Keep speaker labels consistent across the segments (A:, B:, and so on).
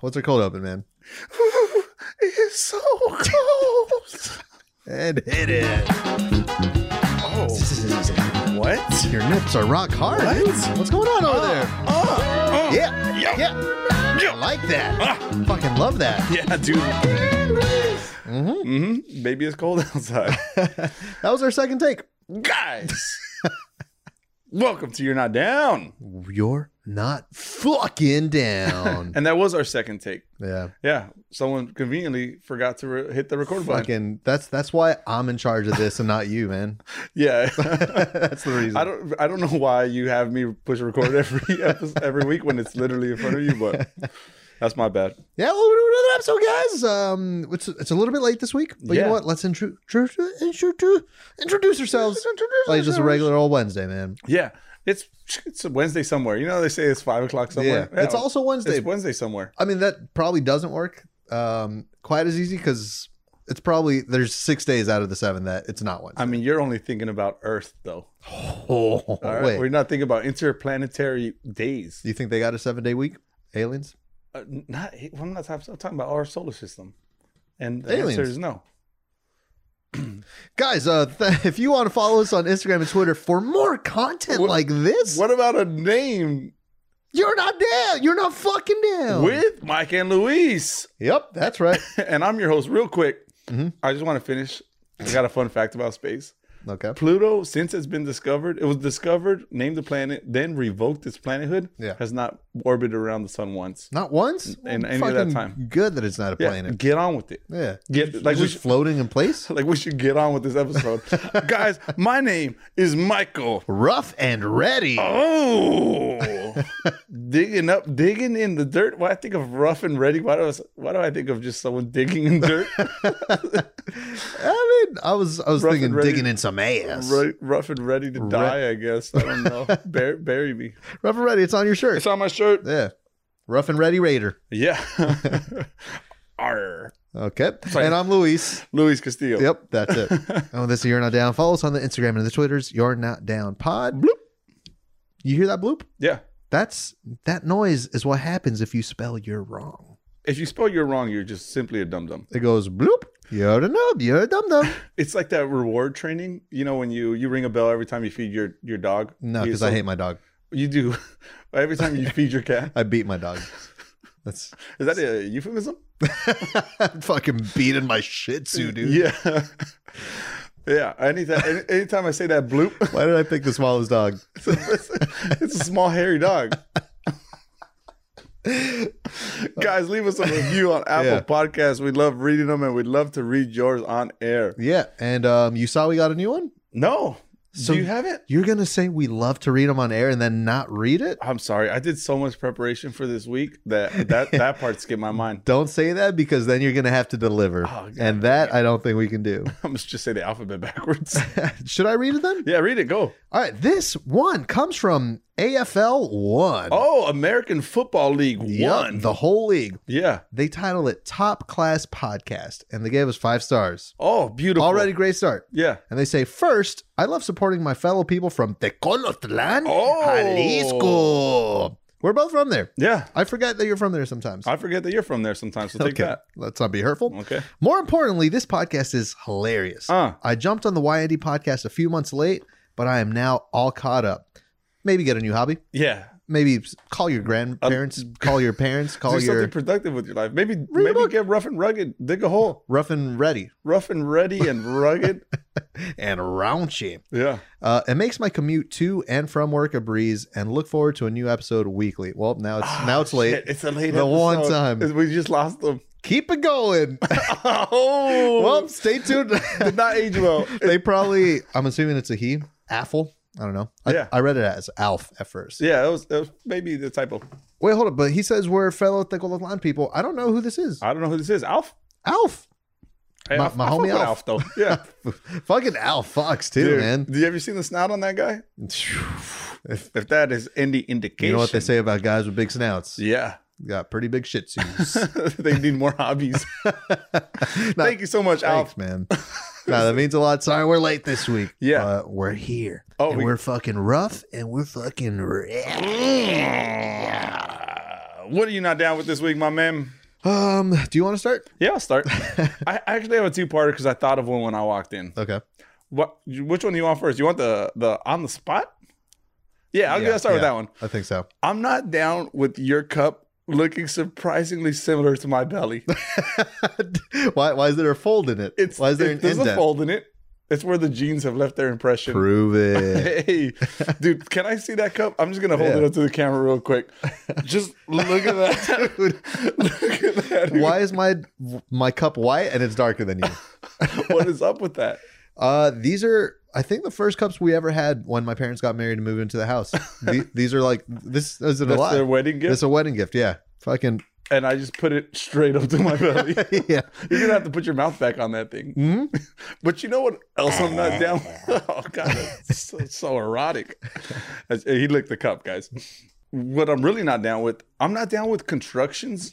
A: What's her cold open, man?
B: it's so cold.
A: And hit it.
B: oh. What?
A: Your nips are rock hard.
B: What?
A: dude. What's going on over there?
B: Oh.
A: Yeah.
B: Yeah.
A: Yeah. I
B: Yeah.
A: like that.
B: Ah.
A: Fucking love that.
B: Yeah, dude.
A: Mhm.
B: Mm-hmm. Baby, it's cold outside.
A: That was our second take.
B: Guys, welcome to You're Not Down.
A: You're not fucking down.
B: And that was our second take.
A: yeah.
B: Yeah, someone conveniently forgot to re- hit the record button.
A: Fucking that's that's why I'm in charge of this and not you, man.
B: Yeah.
A: that's the reason.
B: I don't. I don't know why you have me push record every episode, every week when it's literally in front of you, but that's my bad.
A: Yeah, well, we'll do another episode, guys. Um, it's, it's a little bit late this week, but you
B: Yeah.
A: know what? Let's intro, intro, intro, introduce ourselves. Like just a regular old Wednesday, man.
B: Yeah, it's it's a Wednesday somewhere. You know they say it's five o'clock somewhere.
A: Yeah, it's also Wednesday.
B: it's Wednesday somewhere.
A: I mean, that probably doesn't work um, quite as easy because it's probably there's six days out of the seven that it's not Wednesday.
B: I mean, you're only thinking about Earth though.
A: oh,
B: All right?
A: wait,
B: We're not thinking about interplanetary days.
A: do you think they got a seven day week? Aliens?
B: Uh, n- not. well, I'm not talking, I'm talking about our solar system. And the answer
A: Aliens.
B: is no.
A: Guys, uh, th- if you want to follow us on Instagram and Twitter for more content
B: What-
A: like this,
B: What about a name
A: you're not down. You're not fucking down.
B: with Mike and Luis?
A: yep, that's right.
B: and I'm your host. Real quick,
A: Mhm.
B: I just want to finish. I got a fun fact about space.
A: Okay.
B: Pluto, since it's been discovered, it was discovered, named the planet, then revoked its planethood.
A: Yeah.
B: has not orbited around the sun once.
A: Not once
B: In
A: Well,
B: any of that
A: fucking
B: time.
A: Good that it's not a
B: Yeah,
A: planet.
B: get on with it.
A: Yeah,
B: Get like we
A: just
B: should,
A: floating in place.
B: like we should get on with this episode, guys. My name is Michael.
A: Rough and ready.
B: Oh, digging up, digging in the dirt. Why I think of rough and ready? Why do I, why do I think of just someone digging in dirt?
A: I mean, I was I was
B: Rough
A: thinking
B: and ready.
A: digging in some ass.
B: Ru- rough and ready to die, I guess. I don't know. Bur- bury me.
A: Rough and ready. It's on your shirt.
B: It's on my shirt.
A: yeah, rough and ready Raider.
B: Yeah. Arr.
A: Okay, and I'm Luis.
B: Luis Castillo.
A: Yep, that's it. oh, this is you're not down. Follow us on the Instagram and the Twitters. You're not down pod.
B: Bloop.
A: You hear that bloop?
B: Yeah.
A: That's that noise is what happens if you spell you're wrong.
B: If you spell you're wrong, you're just simply a dum dum.
A: It goes bloop. You're a nub. You're a dum dum.
B: It's like that reward training. You know when you you ring a bell every time you feed your your dog.
A: No,
B: You-
A: because
B: so-
A: I hate my dog.
B: you do. every time you feed your cat.
A: I beat my dog. That's
B: Is that a euphemism?
A: I'm fucking beating my shih tzu, dude.
B: Yeah. yeah. Anytime any, anytime I say that bloop,
A: Why did I pick the smallest dog?
B: it's, it's a small hairy dog. Guys, leave us a review on Apple
A: Yeah.
B: Podcasts. We love reading them and we'd love to read yours on air.
A: Yeah, and um, you saw we got a new one.
B: No.
A: So-
B: Do you have it?
A: You're gonna say we love to read them on air and then not read it?
B: I'm sorry. I did so much preparation for this week that that, that part skipped my mind.
A: Don't say that because then you're gonna have to deliver,
B: Oh, God.
A: and that I don't think we can do.
B: I'm just just say the alphabet backwards.
A: Should I read it then?
B: yeah, read it. Go.
A: All right, this one comes from AFL One.
B: Oh, American Football League
A: Yup,
B: one.
A: the whole league.
B: yeah.
A: They title it Top Class Podcast, and they gave us five stars.
B: Oh, beautiful.
A: Already great start.
B: Yeah.
A: And they say, first, I love supporting my fellow people from Tecolotlan,
B: Oh.
A: Jalisco. We're both from there.
B: Yeah.
A: I forget that you're from there sometimes.
B: I forget that you're from there sometimes. So take
A: okay.
B: that.
A: Let's not be hurtful.
B: Okay.
A: More importantly, this podcast is hilarious.
B: Uh.
A: I jumped on the YND podcast a few months late, but I am now all caught up. Maybe get a new hobby.
B: Yeah.
A: Maybe s- call your grandparents, call your parents, call
B: Um, do
A: your
B: something productive with your life. Maybe
A: Oh, a
B: maybe
A: book.
B: get rough and rugged, dig a hole,
A: rough and ready
B: rough and ready and rugged.
A: and raunchy.
B: yeah,
A: Uh, it makes my commute to and from work a breeze, and look forward to a new episode weekly. Well, now it's now it's late.
B: Ah, Shit, it's a late.
A: The one
B: episode.
A: time.
B: we just lost them.
A: Keep it going.
B: oh,
A: well, stay tuned.
B: did not age well.
A: they probably. I'm assuming it's a he. Affle. I don't know. I,
B: Yeah.
A: I read it as Alf at first.
B: Yeah, that was, that was maybe the typo.
A: Wait, hold up. But he says we're fellow Tecololan people. I don't know who this is.
B: I don't know who this is. Alf.
A: Alf.
B: Hey,
A: My-
B: Alf-
A: my
B: I fuck
A: homie
B: with
A: Alf.
B: though. Yeah,
A: Fucking Alf Fox too,
B: Dude,
A: man.
B: Do you ever seen the snout on that guy?
A: If-
B: If that is any indication,
A: you know what they say about guys with big snouts?
B: Yeah,
A: Got pretty big shih tzus.
B: they need more hobbies.
A: Nah,
B: Thank you so much,
A: Thanks,
B: Alf.
A: man. no, that means a lot. Sorry, we're late this week.
B: Yeah.
A: but we're here.
B: Oh,
A: and
B: we-
A: we... are fucking rough, and we're fucking. Re-
B: Uh, what are you not down with this week, my man?
A: Um, do you want to start?
B: Yeah, I'll start. I actually have a two-parter because I thought of one when I walked in.
A: Okay.
B: What? Which one do you want first? You want the the on the spot? Yeah, I'll
A: Yeah,
B: I'll start with
A: yeah.
B: that one.
A: I think so.
B: I'm not down with your cup looking surprisingly similar to my belly.
A: why why is there a fold in it?
B: It's
A: why is there
B: it-
A: an
B: there's a
A: indent?
B: fold in it. It's where the jeans have left their impression.
A: Prove it.
B: Hey, dude, can I see that cup? I'm just gonna hold
A: Yeah.
B: it up to the camera real quick. Just look at that.
A: Dude,
B: look at that. dude.
A: why is my my cup white and it's darker than you?
B: What is up with that?
A: Uh, these are, I think, the first cups we ever had when my parents got married and moved into the house. The- these are like this is it a
B: That's
A: lot?
B: their wedding gift,
A: It's a wedding gift, yeah. Fucking
B: and I just put it straight up to my belly.
A: yeah.
B: You're gonna have to put your mouth back on that thing.
A: Mhm.
B: But you know what else I'm not down with? Oh god, that's so, so erotic. That's- He licked the cup, guys. What I'm really not down with, I'm not down with constructions,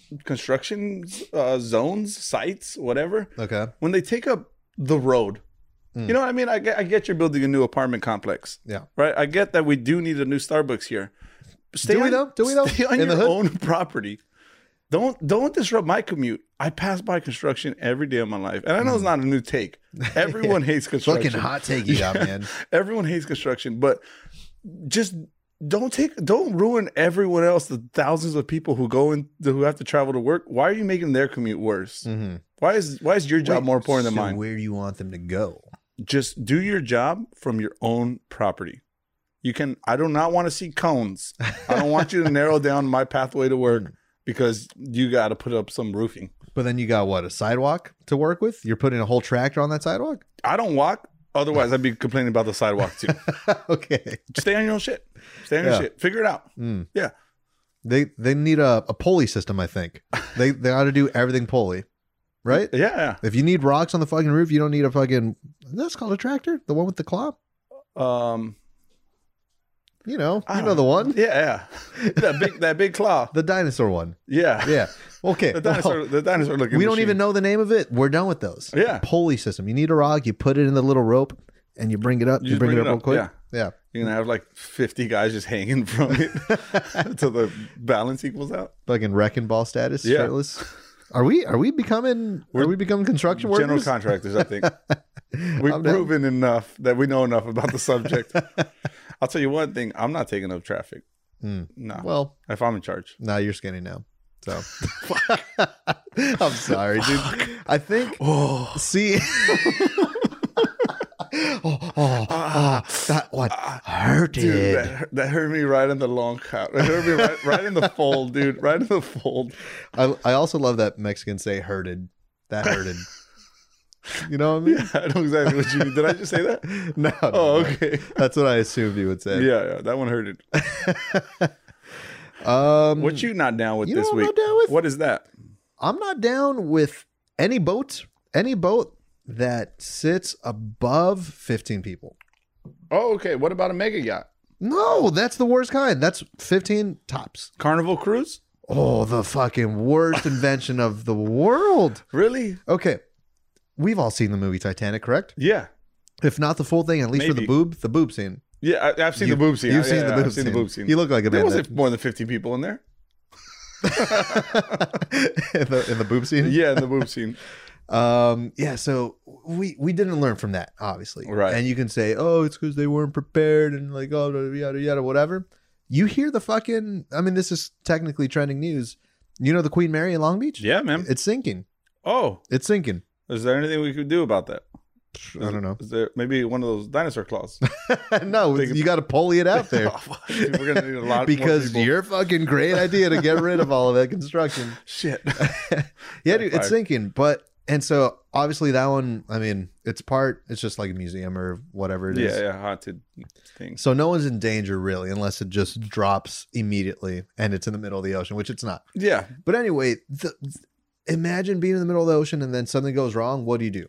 B: constructions, uh, zones, sites, whatever.
A: Okay.
B: When they take up the road, you know what I mean? I get, I get you're building a new apartment complex,
A: Mm. Yeah.
B: right? I get that we do need a new Starbucks here. Stay
A: Do we
B: on-
A: though? Do we though?
B: Stay on
A: In the
B: your
A: hood?
B: own property. Don't don't disrupt my commute. I pass by construction every day of my life, and I know it's not a new take. Everyone hates construction.
A: Mm. Fucking hot take you got, man.
B: Everyone hates construction, but just don't take don't ruin everyone else. The thousands of people who go in who have to travel to work. Why are you making their commute worse?
A: Mm-hmm.
B: Why is why is your job more important than mine?
A: Where you want them to go?
B: just do your job from your own property. You can. I do not want to see cones. I don't want you to narrow down my pathway to work because you got to put up some roofing.
A: But then you got what a sidewalk to work with. You're putting a whole tractor on that sidewalk.
B: I don't walk. Otherwise, I'd be complaining about the sidewalk too.
A: okay.
B: Stay on your own shit. Stay on your
A: Yeah.
B: shit. Figure it out.
A: Mm.
B: Yeah.
A: They they need a, a pulley system. I think they they ought to do everything pulley, right?
B: Yeah, yeah.
A: If you need rocks on the fucking roof, you don't need a fucking that's called a tractor, the one with the claw.
B: Um,
A: You know,
B: I
A: you know
B: don't-
A: the one,
B: Yeah, yeah. That big, that big claw.
A: the dinosaur one.
B: Yeah,
A: Yeah. Okay.
B: The dinosaur,
A: well,
B: the dinosaur looking.
A: we don't
B: machine.
A: even know the name of it. We're done with those.
B: Yeah.
A: Pulley system. You need a rock. You put it in the little rope, and you bring it up. You,
B: just
A: bring, it up, real quick.
B: Yeah.
A: Yeah.
B: You're gonna have like 50 guys just hanging from it until the balance equals out.
A: Fucking wrecking ball status.
B: Yeah.
A: Shirtless. Are we? Are we becoming? are we becoming construction workers?
B: General contractors, I think. We've
A: I'm down.
B: proven enough that we know enough about the subject. I'll tell you one thing: I'm not taking up traffic.
A: Mm.
B: No,
A: well,
B: if I'm in charge,
A: now you're skinny now. So. I'm sorry, dude. I think.
B: oh,
A: See. oh, oh,
B: Ah.
A: oh, that one
B: Ah.
A: hurted.
B: dude, that, hurt- that hurt me right in the long count. It hurt me right, right in the fold, dude. Right in the fold.
A: I, I also love that Mexicans say hurted. That hurted. you know what I mean?
B: Yeah, I know exactly what you mean. Did I just say that?
A: No.
B: Oh,
A: no, no.
B: okay.
A: That's what I assumed you would
B: Yeah,
A: say.
B: yeah, that one hurted.
A: Um,
B: What you not down with
A: you know
B: this
A: what I'm
B: week?
A: not down with?
B: What is that?
A: I'm not down with any boat, any boat that sits above 15 people.
B: Oh, okay. What about a mega yacht?
A: No, that's the worst kind. That's 15 tops.
B: Carnival cruise?
A: Oh, the fucking worst invention of the world.
B: Really?
A: Okay. We've all seen the movie Titanic, correct?
B: Yeah.
A: If not the full thing, at least for
B: Maybe.
A: the boob, the boob scene.
B: Yeah, I, I've seen
A: You-
B: the boob scene.
A: You've
B: Yeah,
A: seen,
B: yeah,
A: the,
B: I've
A: boob
B: seen
A: scene.
B: the boob scene.
A: You look like a
B: There
A: man.
B: wasn't more than 50 people in there.
A: in, the, in the boob scene.
B: Yeah, in the boob scene.
A: Um, yeah. So we we didn't learn from that, obviously.
B: Right.
A: And you can say, oh, it's because they weren't prepared and like oh yada, yada yada whatever. You hear the fucking. I mean, this is technically trending news. You know the Queen Mary in Long Beach.
B: Yeah, man.
A: It's sinking.
B: Oh,
A: It's sinking.
B: is there anything we could do about that?
A: I don't know.
B: Is there maybe one of those dinosaur claws?
A: no,
B: Think-
A: you got to pulley it out there
B: Oh, fuck, dude, We're gonna need a lot
A: because
B: more people.
A: your fucking great idea to get rid of all of that construction.
B: shit.
A: yeah, dude,
B: Fire.
A: it's sinking. But and so obviously that one, I mean, it's part. It's just like a museum or whatever it is.
B: yeah, yeah, haunted things.
A: So no one's in danger really, unless it just drops immediately and it's in the middle of the ocean, which it's not.
B: Yeah,
A: But anyway, the, imagine being in the middle of the ocean and then something goes wrong. What do you do?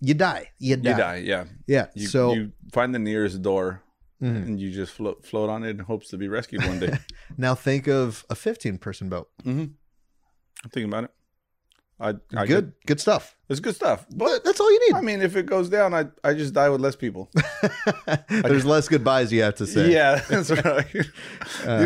A: You die. You
B: you
A: die.
B: die. Yeah,
A: Yeah.
B: you,
A: so
B: you find the nearest door
A: mhm.
B: and you just float float on it in hopes to be rescued one day.
A: now think of a 15 person boat.
B: I'm thinking about it. I, I
A: good, good stuff.
B: It's good stuff.
A: But
B: But
A: that's all you need.
B: I mean, if it goes down, I I just die with less people.
A: There's less goodbyes you have to say.
B: Yeah, that's right. you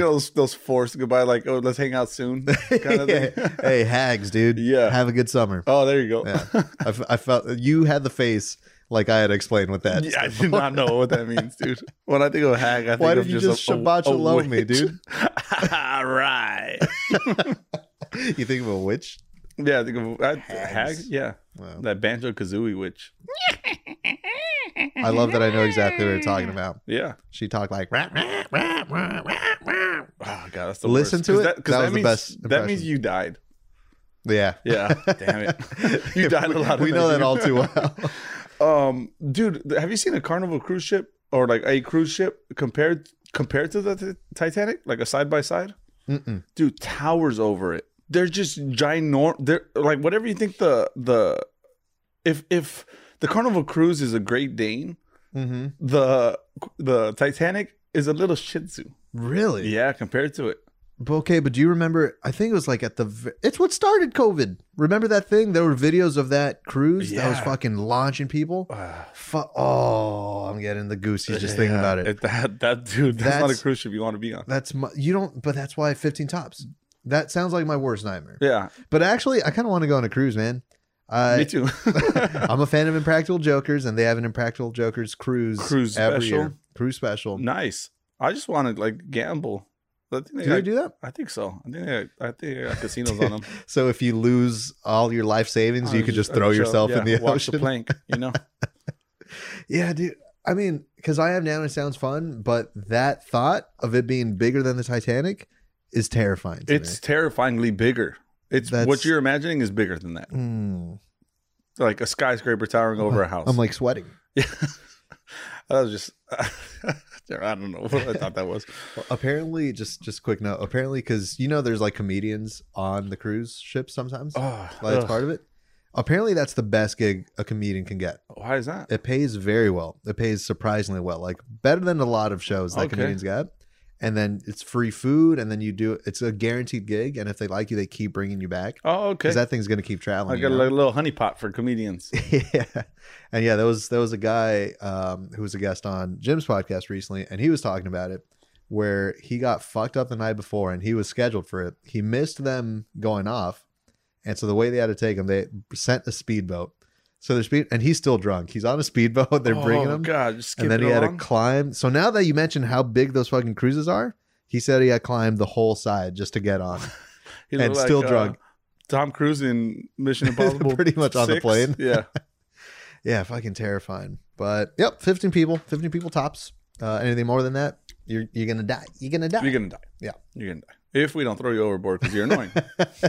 B: know those, those forced goodbye, like oh let's hang out soon, kind of thing.
A: hey, hags, dude.
B: Yeah.
A: Have a good summer.
B: Oh, there you go.
A: Yeah. I, f- I felt you had the face like I had explained with that.
B: Yeah, I did not know what that means, dude. When I think of hag, I think
A: Why did
B: of
A: you
B: just,
A: just
B: a, a-
A: Shabbat
B: a
A: Shalom me,
B: witch.
A: dude?
B: All right.
A: you think of a witch?
B: Yeah, I think of I, hag.
A: Hags.
B: Yeah,
A: Wow.
B: that banjo kazooie witch.
A: I love that I know exactly what you're talking about.
B: Yeah.
A: She talked like rah, rah, rah, rah, rah, rah.
B: Oh god, that's the
A: Listen
B: worst.
A: to
B: 'Cause
A: it.
B: That, 'cause
A: That was
B: means,
A: the best
B: That means
A: impression.
B: you died.
A: Yeah.
B: Yeah. Damn it. You died a lot.
A: We
B: in
A: know that
B: year.
A: all too well.
B: Um, dude, th- have you seen a Carnival cruise ship or like a cruise ship compared compared to the Ti- Titanic, like a side by side?
A: Mm-mm.
B: Dude, towers over it. They're just ginorm. They're like whatever you think the the if if the Carnival cruise is a Great Dane,
A: hmm
B: the the Titanic is a little Shih Tzu.
A: Really?
B: Yeah, compared to it.
A: But Okay, but do you remember? I think it was like at the. v- It's what started COVID. Remember that thing? There were videos of that cruise that was
B: Yeah.
A: fucking launching people.
B: Ah.
A: Fu- oh, I'm getting the goosies just thinking
B: Yeah,
A: about it.
B: That, that dude, that's, not
A: That's-
B: a cruise ship you want to be on.
A: That's my. You don't. But that's why 15 tops. That sounds like my worst nightmare.
B: Yeah,
A: But actually, I kind of want to go on a cruise, man. I,
B: me too.
A: I'm a fan of Impractical Jokers, and they have an Impractical Jokers cruise
B: Cruise
A: every
B: special?
A: year. Cruise special.
B: nice. I just want to like gamble. I think they,
A: do they
B: like,
A: do that?
B: I think so. I think they, I think they got casinos on them.
A: So if you lose all your life savings, you could just throw yourself in the
B: watch
A: ocean.
B: uh, the plank. You know,
A: Yeah, dude. I mean, because I am now, and it sounds fun, but that thought of it being bigger than the Titanic is terrifying. To
B: it's terrifyingly bigger. It's
A: That's-
B: what you're imagining is bigger than that.
A: me. Mm.
B: Like a skyscraper towering over a house.
A: I'm like sweating.
B: that was just. I don't know what I thought that was.
A: Apparently, just just quick note. Apparently, because you know, there's like comedians on the cruise ship sometimes.
B: Oh,
A: Like, that's part of it. Apparently, that's the best gig a comedian can get.
B: Why is that?
A: It pays very well. It pays surprisingly well, like better than a lot of shows that
B: Okay.
A: comedians got. And then it's free food, and then you do it's a guaranteed gig. And if they like you, they keep bringing you back.
B: Oh, okay.
A: because that thing's gonna keep
B: I
A: traveling.
B: got
A: you
B: like
A: know?
B: a little honey pot for comedians.
A: yeah, and yeah, there was there was a guy um, who was a guest on Jim's podcast recently, and he was talking about it, where he got fucked up the night before, and he was scheduled for it. He missed them going off, and so the way they had to take him, they sent a speedboat. So they're speed, and he's still drunk. He's on a speedboat. They're bringing
B: oh,
A: him,
B: God, just
A: and then he
B: skipping
A: had to
B: along?
A: climb. So now that you mentioned how big those fucking cruises are, he said he had climbed the whole side just to get on.
B: He
A: and
B: looked like,
A: still
B: uh,
A: drunk.
B: Tom Cruise in Mission Impossible.
A: Pretty much on the
B: six.
A: plane.
B: Yeah.
A: Yeah, fucking terrifying. But yep, fifteen people, fifteen people tops. Uh, anything more than that, you're you're gonna die. You're gonna die.
B: You're gonna die.
A: Yeah.
B: You're gonna die. If we don't throw you overboard because you're annoying. it's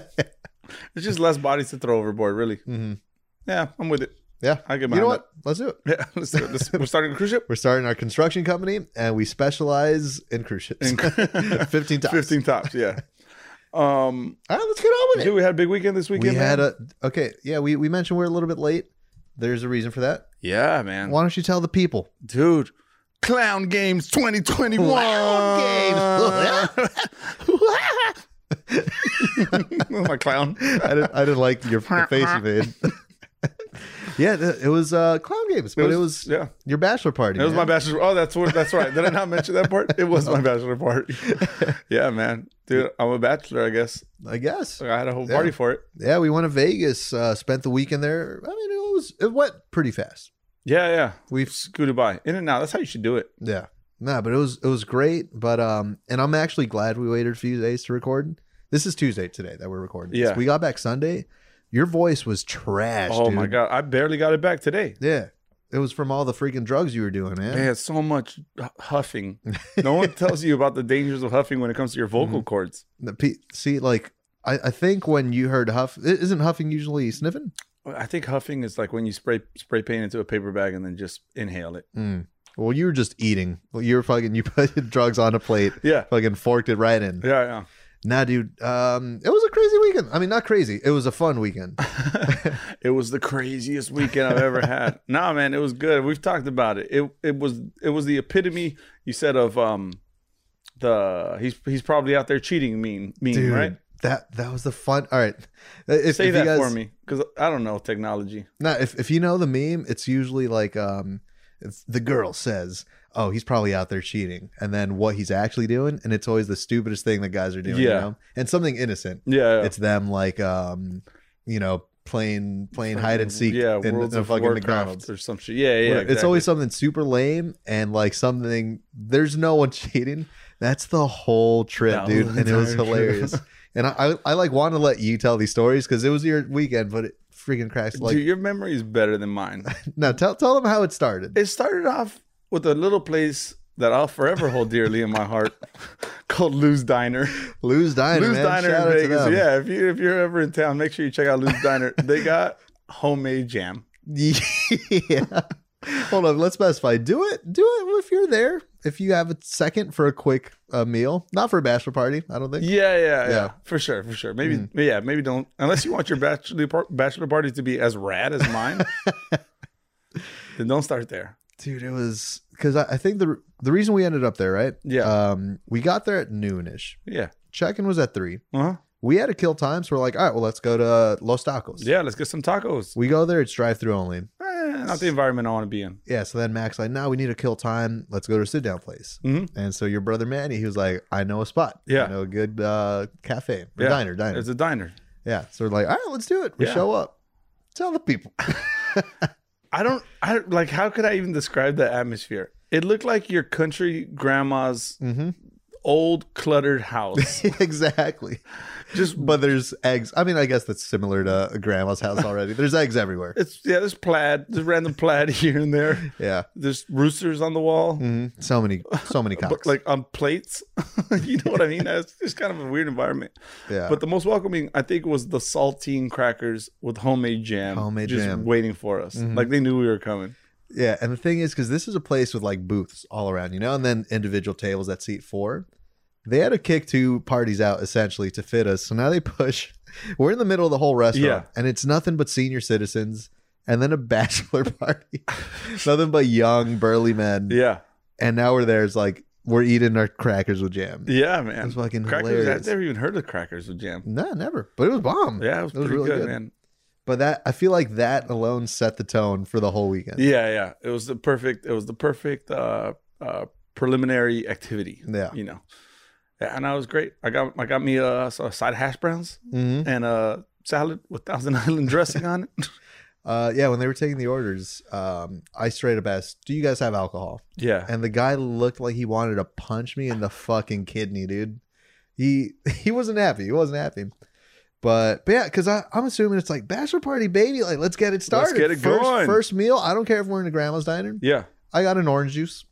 B: just less bodies to throw overboard, really.
A: Mhm.
B: Yeah, I'm with it.
A: Yeah,
B: I get
A: you know
B: behind
A: what? Let's do it.
B: Yeah, let's do it. Let's- we're starting a cruise ship.
A: We're starting our construction company, and we specialize in cruise ships.
B: In cru-
A: fifteen tops.
B: Fifteen tops, yeah. Um
A: All right, let's get on with it.
B: dude, we had a big weekend this
A: we
B: weekend.
A: had
B: man.
A: a okay. Yeah, we we mentioned we're a little bit late. There's a reason for that.
B: Yeah, man.
A: Why don't you tell the people?
B: Dude. Clown Games 2021.
A: Clown
B: My clown.
A: I didn't, I didn't like your the face you made. yeah, th- it was uh, clown games, but it was,
B: yeah.
A: your bachelor party.
B: It was
A: man.
B: my bachelor. Oh, that's what. That's right. Did I not mention that part? It was my bachelor party. yeah, man, dude, I'm a bachelor. I guess
A: I guess.
B: I had a whole party for it.
A: Yeah, we went to Vegas, uh, spent the weekend there. I mean, it was it went pretty fast.
B: Yeah, yeah.
A: We've-
B: We've scooted by in and out. That's how you should do it.
A: Yeah. Nah, but it was it was great. But um, and I'm actually glad we waited a few days to record. This is Tuesday today that we're recording. this.
B: Yeah.
A: we got back Sunday. Your voice was trash.
B: oh
A: dude.
B: my god, I barely got it back today.
A: Yeah, it was from all the freaking drugs you were doing, man.
B: Man, so much h- huffing. No one tells you about the dangers of huffing when it comes to your vocal
A: Mm-hmm.
B: cords.
A: The pe- See, like I, I think when you heard huff, i- isn't huffing usually sniffing?
B: I think huffing is like when you spray spray paint into a paper bag and then just inhale it.
A: Mm. Well, you were just eating. Well, you were fucking. You put drugs on a plate,
B: Yeah,
A: fucking forked it right in.
B: yeah, yeah.
A: Nah, dude. Um, it was a crazy weekend. I mean, not crazy. It was a fun weekend.
B: it was the craziest weekend I've ever had. nah, man, it was good. We've talked about it. It it was it was the epitome. You said of um the he's he's probably out there cheating. Mean mean
A: Dude,
B: right?
A: that that was the fun. All right, if,
B: Say
A: if
B: that
A: you guys,
B: for me, because I don't know technology.
A: No, if if you know the meme, it's usually like um, if the girl says, "Oh, he's probably out there cheating," and then what he's actually doing, and it's always the stupidest thing that guys are doing. you
B: Yeah.
A: know? and something innocent.
B: Yeah,
A: It's them like um, you know, playing playing hide and seek
B: Yeah,
A: in,
B: Worlds
A: in a
B: of
A: fucking
B: Warcraft
A: McDonald's.
B: or some shit. Yeah, yeah.
A: Whatever. It's
B: exactly.
A: always something super lame and like something. There's no one cheating. That's the whole trip,
B: That
A: dude,
B: whole
A: and it was
B: entire trip.
A: hilarious. and I, I, I like want to let you tell these stories because it was your weekend, but it freaking cracks. Like,
B: Dude, your memory is better than mine.
A: now tell tell them how it started.
B: it started off with a little place that I'll forever hold dearly in my heart called Lou's Diner.
A: Lou's Diner,
B: Lou's
A: man.
B: Diner
A: Shout out
B: in
A: to
B: Vegas.
A: them.
B: Yeah, if you if you're ever in town, make sure you check out Lou's Diner. They got homemade jam.
A: yeah. Hold on, let's specify. Do it, do it if you're there. If you have a second for a quick uh, meal, not for a bachelor party, I don't think.
B: Yeah, yeah, yeah,
A: Yeah. Mm.
B: for sure, for sure. Maybe, yeah, maybe don't unless you want your bachelor par- bachelor party to be as rad as mine. then don't start there.
A: dude it was because I, I think the the reason we ended up there right
B: Yeah.
A: um we got there at noonish
B: Yeah.
A: check-in was at three
B: Uh huh.
A: we had to kill time so we're like all right well let's go to los tacos
B: Yeah. Let's get some tacos.
A: we go there it's drive-through only
B: Eh, not the environment I want to be in.
A: yeah so then max like now we need to kill time let's go to a sit-down place
B: Mhm.
A: and so your brother manny he was like i know a spot
B: Yeah.
A: i know a good uh cafe or
B: Yeah.
A: diner diner
B: It's a diner.
A: yeah so we're like all right let's do it we
B: Yeah.
A: show up tell the people
B: I don't. I don't- like. How could I even describe the atmosphere? It looked like your country grandma's
A: Mhm.
B: old cluttered house.
A: exactly
B: Just
A: but there's eggs i mean i guess that's similar to grandma's house already there's eggs everywhere
B: it's yeah. There's plaid. There's random plaid here and there.
A: yeah
B: There's roosters on the wall.
A: Mhm. So many, so many
B: but
A: cocks.
B: like on plates. you know what I mean? It's just kind of a weird environment.
A: yeah,
B: But the most welcoming, I think, was the saltine crackers with homemade jam,
A: Homemade
B: just
A: jam.
B: waiting for us.
A: Mhm.
B: Like they knew we were coming.
A: yeah. And the thing is, because this is a place with like booths all around, you know, and then individual tables at seat four. They had to kick two parties out essentially to fit us. So now they push. We're in the middle of the whole restaurant,
B: Yeah.
A: and it's nothing but senior citizens, and then a bachelor party, nothing but young burly men.
B: Yeah,
A: And now we're there. It's like we're eating our crackers with jam.
B: yeah,
A: It
B: man.
A: was fucking
B: Crackers. I've
A: hilarious.
B: never even heard of crackers with jam.
A: No, never. But it was bomb.
B: Yeah, it was
A: It was
B: pretty
A: really
B: good,
A: good.
B: man.
A: But that I feel like that alone set the tone for the whole weekend.
B: Yeah, yeah. It was the perfect. It was the perfect uh, uh, preliminary activity.
A: Yeah.
B: you know, Yeah, and that was great. I got I got me uh, a side hash browns
A: Mhm.
B: and a salad with Thousand Island dressing on it.
A: Uh, yeah, when they were taking the orders, um, I straight up asked, "Do you guys have alcohol?"
B: Yeah,
A: And the guy looked like he wanted to punch me in the fucking kidney, dude. He he wasn't happy. He wasn't happy. But but yeah, because I'm assuming it's like bachelor party, baby. Like let's get it started.
B: get it
A: first,
B: going.
A: First meal. I don't care if we're in a grandma's diner.
B: yeah.
A: I got an orange juice.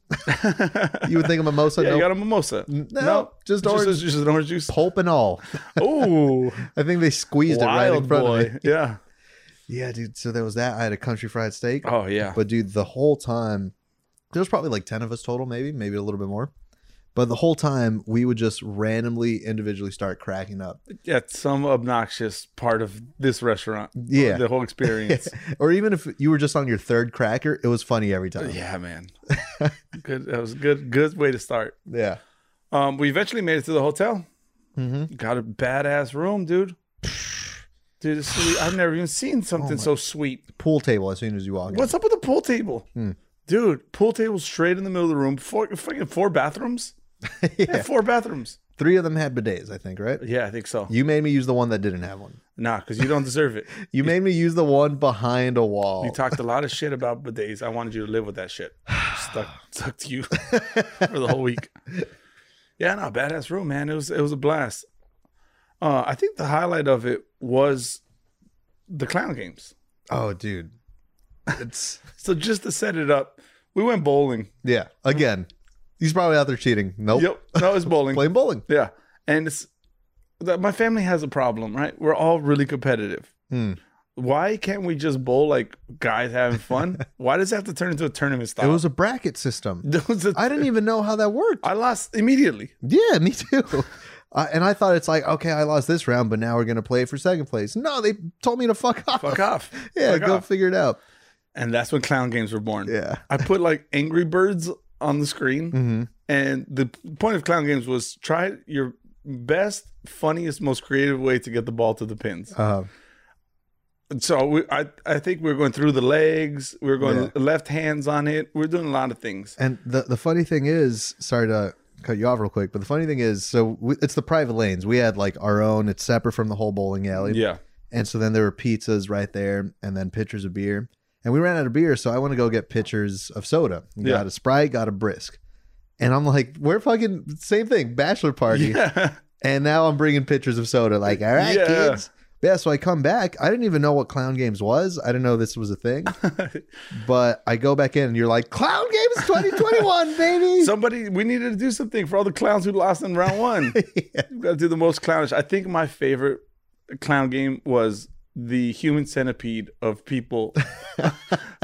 A: You would think a mimosa.
B: yeah,
A: no,
B: you got a mimosa.
A: no,
B: no,
A: just
B: Just-
A: orange
B: Just, just an orange juice.
A: pulp and all.
B: Oh,
A: I think they squeezed it right in
B: wild
A: front of me.
B: boy. Yeah.
A: Yeah, dude. So there was that. I had a country fried steak.
B: Oh yeah.
A: But dude, the whole time there was probably like 10 of us total, maybe, maybe a little bit more. But the whole time we would just randomly individually start cracking up.
B: Yeah, some obnoxious part of this restaurant.
A: Yeah.
B: The whole experience.
A: Or even if you were just on your third cracker, it was funny every time.
B: yeah, man. good. That was a good. Good way to start.
A: Yeah.
B: Um, we eventually made it to the hotel.
A: hmm
B: Got a badass room, dude. Dude, this is, I've never even seen something so sweet.
A: Pool table as soon as you walk in.
B: What's up with the pool table? Dude, pool table straight in the middle of the room. Four fucking four bathrooms. Yeah, four bathrooms.
A: Three of them had bidets, I think, right?
B: Yeah, I think so.
A: You made me use the one that didn't have one.
B: Nah, because you don't deserve it.
A: You made me use the one behind a wall.
B: You talked a lot of shit about bidets. I wanted you to live with that shit. Stuck, stuck to you for the whole week. Yeah, no, badass room, man. It was it was a blast. Uh, I think the highlight of it was the clown games.
A: oh, dude. It's
B: So just to set it up, we went bowling.
A: yeah. Again, he's probably out there cheating. Nope.
B: Yep, no, it's bowling.
A: Playing bowling.
B: Yeah, and it's that my family has a problem, right? We're all really competitive.
A: Hmm.
B: Why can't we just bowl like guys having fun? Why does it have to turn into a tournament style?
A: It was a bracket system.
B: It was a-
A: I didn't even know how that worked.
B: I lost immediately.
A: Yeah, me too. I, and I thought it's like, okay, I lost this round, but now we're gonna play for second place. No, they told me to fuck off.
B: Fuck off.
A: Yeah,
B: Fuck
A: go
B: off.
A: figure it out.
B: And that's when clown games were born.
A: Yeah.
B: I put like Angry Birds on the screen,
A: hmm
B: and the point of clown games was try your best, funniest, most creative way to get the ball to the pins.
A: Uh,
B: So we, I, I think we are going through the legs. We are going
A: Yeah.
B: left hands on it. We are doing a lot of things.
A: and the the funny thing is, sorry to cut you off real quick, but the funny thing is, so we, it's the private lanes. We had like our own. It's separate from the whole bowling alley.
B: Yeah.
A: And so then there were pizzas right there, and then pitchers of beer. And we ran out of beer, so I want to go get pitchers of soda.
B: Yeah.
A: Got a Sprite, got a Brisk. And I'm like, we're fucking same thing, bachelor party.
B: Yeah.
A: And now I'm bringing pictures of soda. Like, all right,
B: Yeah.
A: kids. Yeah, so I come back. I didn't even know what clown games was. I didn't know this was a thing. but I go back in and you're like, clown games 2021, baby.
B: Somebody, we needed to do something for all the clowns who lost in round one.
A: Yeah.
B: we got to do the most clownish. I think my favorite clown game was the human centipede of people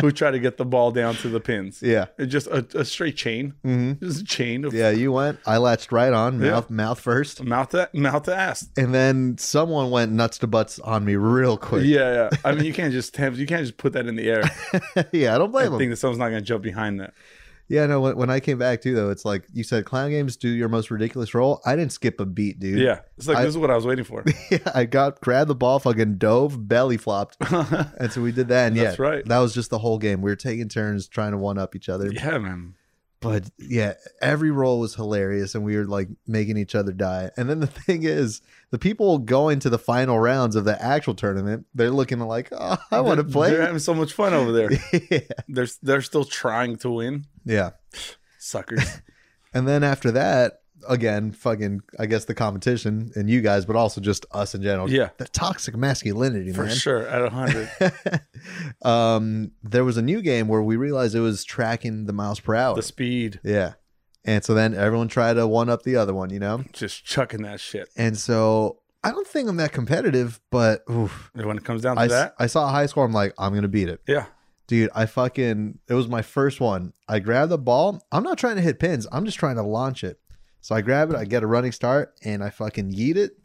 B: who try to get the ball down to the pins.
A: yeah.
B: It's just a, a straight chain,
A: hmm
B: just a chain of
A: Yeah, you went. I latched right on,
B: Yeah.
A: mouth mouth first.
B: mouth to mouth to ass.
A: And then someone went nuts to butts on me real quick.
B: Yeah, yeah. I mean, you can't just tempt, you can't just put that in the air.
A: yeah, I don't blame
B: I think
A: them.
B: that someone's not going to jump behind that.
A: Yeah, no. When, when I came back too, though, it's like you said, clown games do your most ridiculous role. I didn't skip a beat, dude.
B: Yeah, it's like
A: I-
B: this is what I was waiting for.
A: Yeah, I got grabbed the ball, fucking dove, belly flopped, and so we did that. And
B: That's
A: yeah,
B: right.
A: That was just the whole game. We were taking turns trying to one up each other.
B: yeah, man.
A: But yeah, every roll was hilarious, and we were like making each other die. And then the thing is, the people going to the final rounds of the actual tournament, they're looking like, oh, I want to
B: They're-
A: play.
B: They're having so much fun over there.
A: yeah.
B: they're they're still trying to win.
A: yeah.
B: Suckers.
A: And then after that, again, fucking, I guess the competition and you guys, but also just us in general.
B: Yeah.
A: The toxic masculinity,
B: For
A: man.
B: sure, at a hundred.
A: um, there was a new game where we realized it was tracking the miles per hour.
B: the speed,
A: yeah. And so then everyone tried to one up the other one, you know?
B: just chucking that shit.
A: And so I don't think I'm that competitive, but oof,
B: And When it comes down to
A: I, s-
B: that,
A: I saw a high score. I'm like, I'm going to beat it.
B: yeah,
A: Dude, I fucking, it was my first one. I grab the ball. I'm not trying to hit pins. I'm just trying to launch it. So I grab it. I get a running start and I fucking yeet it.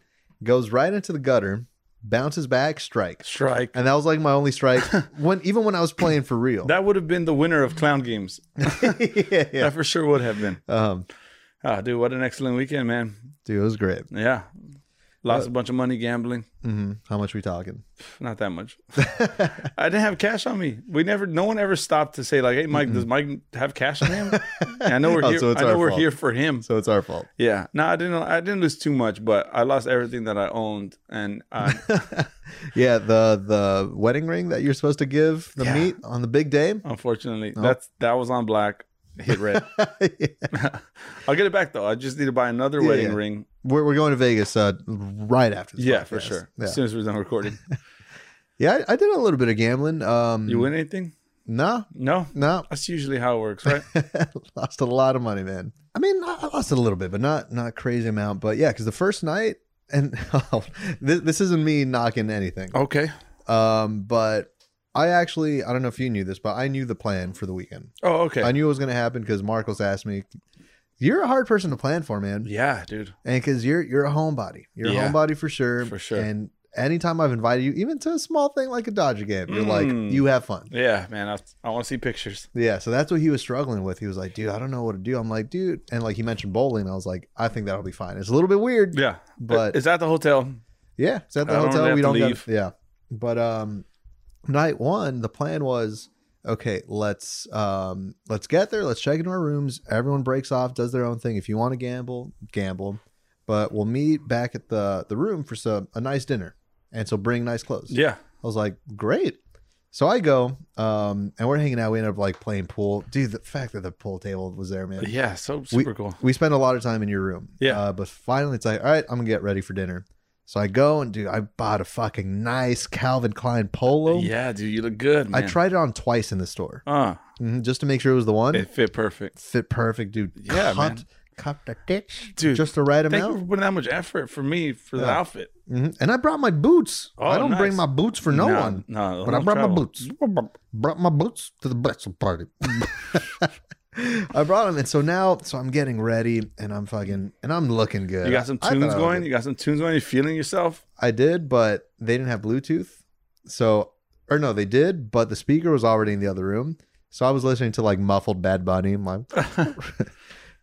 A: Goes right into the gutter, bounces back, strike.
B: strike.
A: And that was like my only strike when, even when I was playing for real.
B: That would have been the winner of clown games.
A: yeah,
B: That for sure would have been.
A: Um,
B: Ah, dude, what an excellent weekend, man.
A: dude, it was great.
B: Yeah, lost a bunch of money gambling.
A: hmm How much we talking?
B: Not that much. I didn't have cash on me. We never. No one ever stopped to say like, "Hey, Mike, does Mike have cash on him?" And I know we're
A: Oh,
B: here.
A: so it's
B: I know
A: our
B: we're
A: fault.
B: here for him.
A: So it's our fault.
B: Yeah. No, I didn't. I didn't lose too much, but I lost everything that I owned, and I,
A: Yeah, the the wedding ring that you're supposed to give the
B: Yeah.
A: meat on the big day.
B: unfortunately, that's that was on black. Hit red. I'll get it back though. I just need to buy another
A: Yeah,
B: wedding
A: yeah.
B: ring.
A: We're we're going to Vegas uh, right after. This
B: Yeah, for
A: podcast.
B: sure.
A: Yeah,
B: As soon as we're done recording,
A: yeah. I, I did a little bit of gambling. Um,
B: you win anything?
A: No,
B: No,
A: no.
B: that's usually how it works, right?
A: lost a lot of money, man. I mean, I I lost it a little bit, but not not crazy amount. But yeah, because the first night, and oh, this this isn't me knocking anything.
B: okay.
A: Um, but I actually, I don't know if you knew this, but I knew the plan for the weekend.
B: Oh, okay.
A: I knew it was going to happen because Marcos asked me, "You're a hard person to plan for, man,"
B: yeah, dude.
A: and because you're you're a homebody, you're
B: Yeah.
A: a homebody for sure,
B: For sure.
A: And anytime I've invited you, even to a small thing like a Dodger game, you're
B: Mm.
A: like, "You have fun."
B: Yeah, man. I, I want to see pictures.
A: Yeah, so that's what he was struggling with. He was like, "Dude, I don't know what to do." I'm like, "Dude," and like he mentioned bowling, I was like, "I think that'll be fine." It's a little bit weird,
B: Yeah,
A: But-
B: it's at the hotel.
A: Yeah, it's at the
B: I don't
A: hotel.
B: really
A: we
B: have
A: don't
B: to
A: Got, yeah, but um, night one, the plan was okay. Let's um, let's get there. Let's check into our rooms. Everyone breaks off, does their own thing. If you want to gamble, gamble, but we'll meet back at the the room for some a nice dinner, and so bring nice clothes.
B: Yeah,
A: I was like, great. So I go, um, and we're hanging out. We end up like playing pool, dude. The fact that the pool table was there, man.
B: yeah. So super cool.
A: We spend a lot of time in your room.
B: Yeah.
A: Uh, but finally, it's like, all right, I'm gonna get ready for dinner. So I go and do. I bought a fucking nice Calvin Klein polo.
B: Yeah, dude, you look good,
A: Oh. I
B: man.
A: tried it on twice in the store,
B: Uh,
A: Mhm, just to make sure it was the one.
B: it fit perfect,
A: Fit perfect, dude.
B: Yeah,
A: cupped,
B: man.
A: cupped a ditch,
B: dude.
A: just the right
B: thank you for
A: amount.
B: putting that much effort for me for the
A: Yeah.
B: outfit.
A: Mhm. And I brought my boots.
B: Oh,
A: I don't bring my
B: nice.
A: boots for no
B: Nah,
A: one.
B: nah,
A: But
B: no
A: I brought
B: trouble.
A: my boots. Brought my boots to the bachelor party. I brought them, and so now, so I'm getting ready, and I'm fucking, and I'm looking good.
B: You got some
A: I thought
B: tunes
A: I was
B: going.
A: good.
B: You got some tunes going. You feeling yourself?
A: I did, but they didn't have Bluetooth. So, or no, they did, but the speaker was already in the other room. So I was listening to like muffled Bad Bunny. I'm like,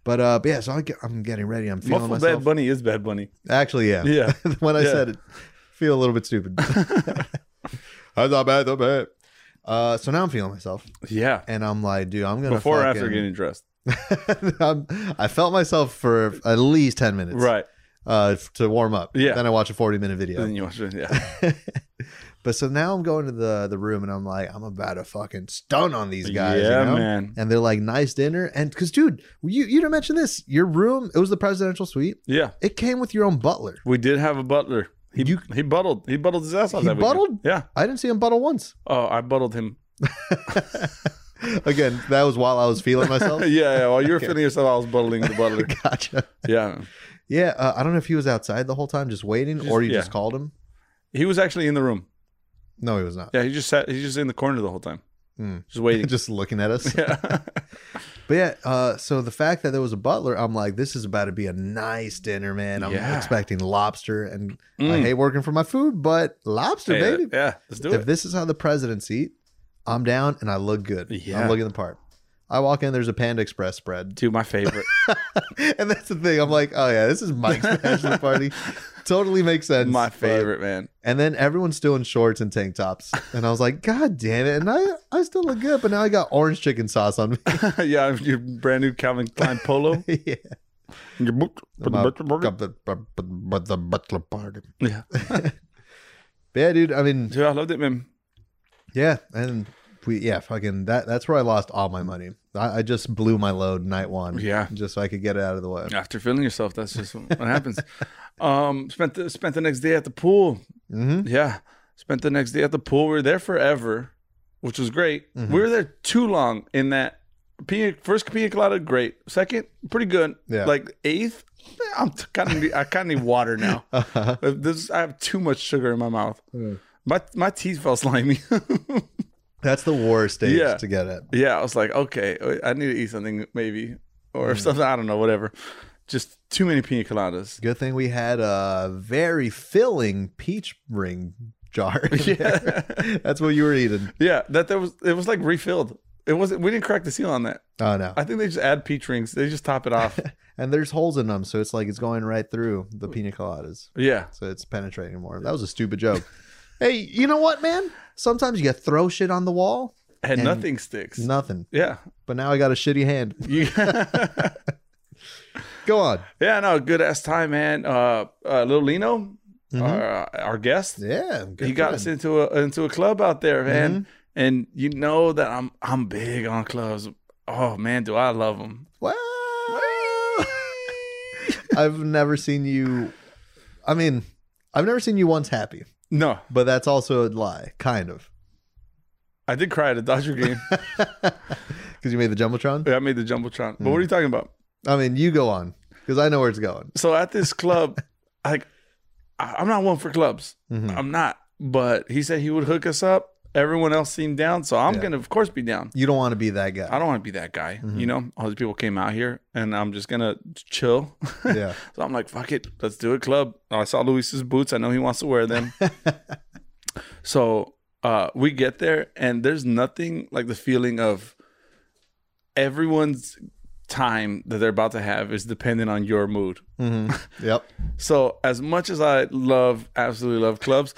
A: But uh, but yeah, so I get, I'm getting ready. I'm feeling
B: Muffled
A: myself.
B: Bad Bunny is Bad Bunny.
A: Actually, yeah.
B: Yeah.
A: when I
B: Yeah.
A: said it, feel a little bit stupid. I thought bad, thought bad. Uh, so now I'm feeling myself,
B: Yeah.
A: and I'm like, dude, I'm gonna
B: Before or after
A: fucking-
B: getting dressed.
A: I'm, I felt myself for at least ten minutes,
B: Right.
A: Uh, f- to warm up.
B: Yeah. Mm.
A: Then I watch a 40 minute video.
B: Then you watch it. Yeah.
A: but so now I'm going to the the room, and I'm like, I'm about to fucking stun on these guys.
B: yeah,
A: you know?
B: man.
A: And they're like, nice dinner, and because dude, you you didn't mention this. Your room, it was the presidential suite.
B: Yeah.
A: It came with your own butler.
B: We did have a butler. He
A: You-
B: he buttled. He buttled his ass off.
A: He
B: that weekend.
A: buttled?
B: Yeah.
A: I didn't see him buttle once.
B: Oh, I buttled him.
A: Again, that was while I was feeling myself.
B: yeah, yeah. While you were
A: Okay.
B: feeling yourself, I was buttling the butler.
A: gotcha.
B: yeah.
A: Yeah, uh, I don't know if he was outside the whole time just waiting,
B: Just-
A: or you
B: yeah.
A: just called him.
B: He was actually in the room.
A: No, he was not.
B: Yeah, he just sat. He's just in the corner the whole time,
A: Mm.
B: just waiting.
A: just looking at us.
B: yeah.
A: But yeah, uh, so the fact that there was a butler, I'm like, this is about to be a nice dinner, man. I'm
B: Yeah.
A: expecting lobster, and I
B: Mm.
A: hate working for my food, but lobster,
B: Hey,
A: baby.
B: Yeah. Let's do
A: if
B: it.
A: this is how the presidents eat, I'm down and I look good.
B: Yeah.
A: I'm looking the part. I walk in, there's a Panda Express spread.
B: Dude, my favorite.
A: and that's the thing. I'm like, oh, yeah, this is Mike's bachelor party. Totally makes sense.
B: my
A: but-
B: favorite, man.
A: And then everyone's still in shorts and tank tops. And I was like, God damn it. And I, I still look good, but now I got orange chicken sauce on me.
B: yeah, your brand new Calvin Klein polo.
A: yeah.
B: Your book for the
A: My-
B: butler burger.
A: Got the- but- but- but the butler party.
B: Yeah.
A: But yeah, dude. I mean,
B: Dude, I loved it, man.
A: yeah. And we, yeah, fucking that. That's where I lost all my money. I, I just blew my load night one.
B: Yeah.
A: Just so I could get it out of the way.
B: After feeling yourself, that's just what happens. Um, spent the, spent the next day at the pool.
A: Mm-hmm.
B: Yeah. Spent the next day at the pool. We were there forever, which was great.
A: Mhm.
B: We were there too long in that pina, first pina colada, great. Second, pretty good.
A: Yeah.
B: Like eighth, I'm t- kinda need, I kind of need water now.
A: Uh-huh.
B: Uh, This I have too much sugar in my mouth. My my teeth felt slimy.
A: That's the war stage
B: Yeah.
A: to get it.
B: yeah, I was like, okay, I need to eat something maybe or
A: Mm-hmm.
B: something. I don't know, whatever. Just too many pina coladas.
A: Good thing we had a very filling peach ring jar. in
B: Yeah.
A: there. That's what you were eating.
B: Yeah, that there was it was like refilled. It wasn't. We didn't crack the seal on that.
A: Oh no.
B: I think they just add peach rings. They just top it off.
A: And there's holes in them, so it's like it's going right through the pina coladas.
B: yeah.
A: So it's penetrating more. That was a stupid joke. hey, you know what, man? Sometimes you gotta throw shit on the wall.
B: And,
A: And-
B: nothing sticks.
A: Nothing.
B: yeah.
A: But now I got a shitty hand.
B: You-
A: Go on.
B: yeah, no, good ass time, man. Uh, uh Lil Lino,
A: Mhm.
B: our, our guest,
A: Yeah. good
B: he got
A: friend. Mm-hmm.
B: us into a into a club out there, man. And you know that I'm I'm big on clubs. Oh man, do I love them?
A: Wow. I've never seen you. I mean, I've never seen you once happy,
B: No,
A: but that's also a lie, kind of.
B: I did cry at a Dodger game.
A: Because you made the Jumbotron?
B: Yeah, I made the jumbotron. But
A: Mm.
B: what are you talking about?
A: I mean, you go on, because I know where it's going.
B: So at this club, like I- I'm not one for clubs.
A: Mhm.
B: I'm not. But he said he would hook us up. Everyone else seemed down, so I'm
A: Yeah.
B: gonna of course be down.
A: You don't want to be that
B: I
A: guy.
B: don't want to be that guy.
A: Mhm.
B: You know, all these people came out here, and I'm just gonna chill.
A: Yeah.
B: So I'm like, fuck it, let's do a club. I saw Luis's boots. I know he wants to wear them. so uh, we get there, and there's nothing like the feeling of everyone's time that they're about to have is dependent on your mood.
A: hmm Yep.
B: So as much as I love, absolutely love clubs,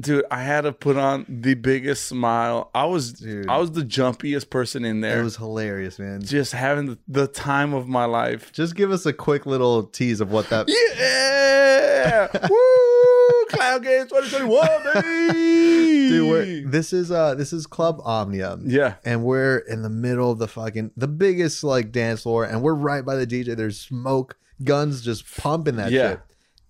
B: dude, I had to put on the biggest smile. I was,
A: Dude.
B: I was the jumpiest person in
A: It
B: there,
A: was hilarious, man.
B: just having the, the time of my life.
A: Just give us a quick little tease of what that.
B: Yeah, woo! Cloud Games 2021, baby.
A: Dude, we're, this is uh this is Club Omnia.
B: yeah,
A: And we're in the middle of the fucking the biggest like dance floor, and we're right by the DJ. There's smoke, guns just pumping that
B: Yeah.
A: shit.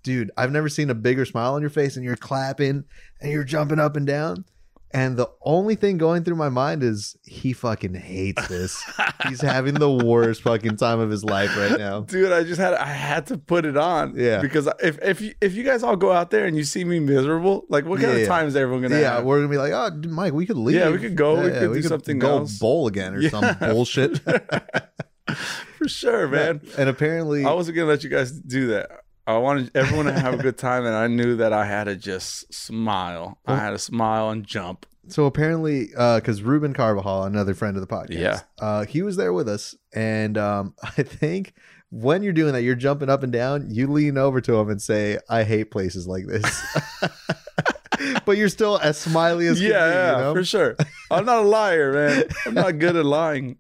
A: Dude, I've never seen a bigger smile on your face, and you're clapping and you're jumping up and down. And the only thing going through my mind is he fucking hates this. He's having the worst fucking time of his life right now.
B: dude, I just had, I had to put it on.
A: Yeah.
B: because if if you, if you guys all go out there and you see me miserable, like what kind
A: Yeah,
B: of
A: yeah.
B: time is everyone gonna
A: yeah,
B: have?
A: we're gonna be like, oh, dude, Mike, we could leave.
B: Yeah, we could go. We could do something
A: go
B: else."
A: bowl again or some
B: Yeah.
A: bullshit,
B: for sure, man.
A: And apparently,
B: I wasn't gonna let you guys do that. I wanted everyone to have a good time, and I knew that I had to just smile. I had to smile and jump.
A: so apparently, because Ruben Carbajal, another friend of the podcast,
B: Yeah.
A: uh, he was there with us, and um, I think when you're doing that, you're jumping up and down. You lean over to him and say, "I hate places like this," but you're still as smiley as
B: yeah,
A: can be,
B: yeah
A: you know?
B: for sure. I'm not a liar, man. I'm not good at lying.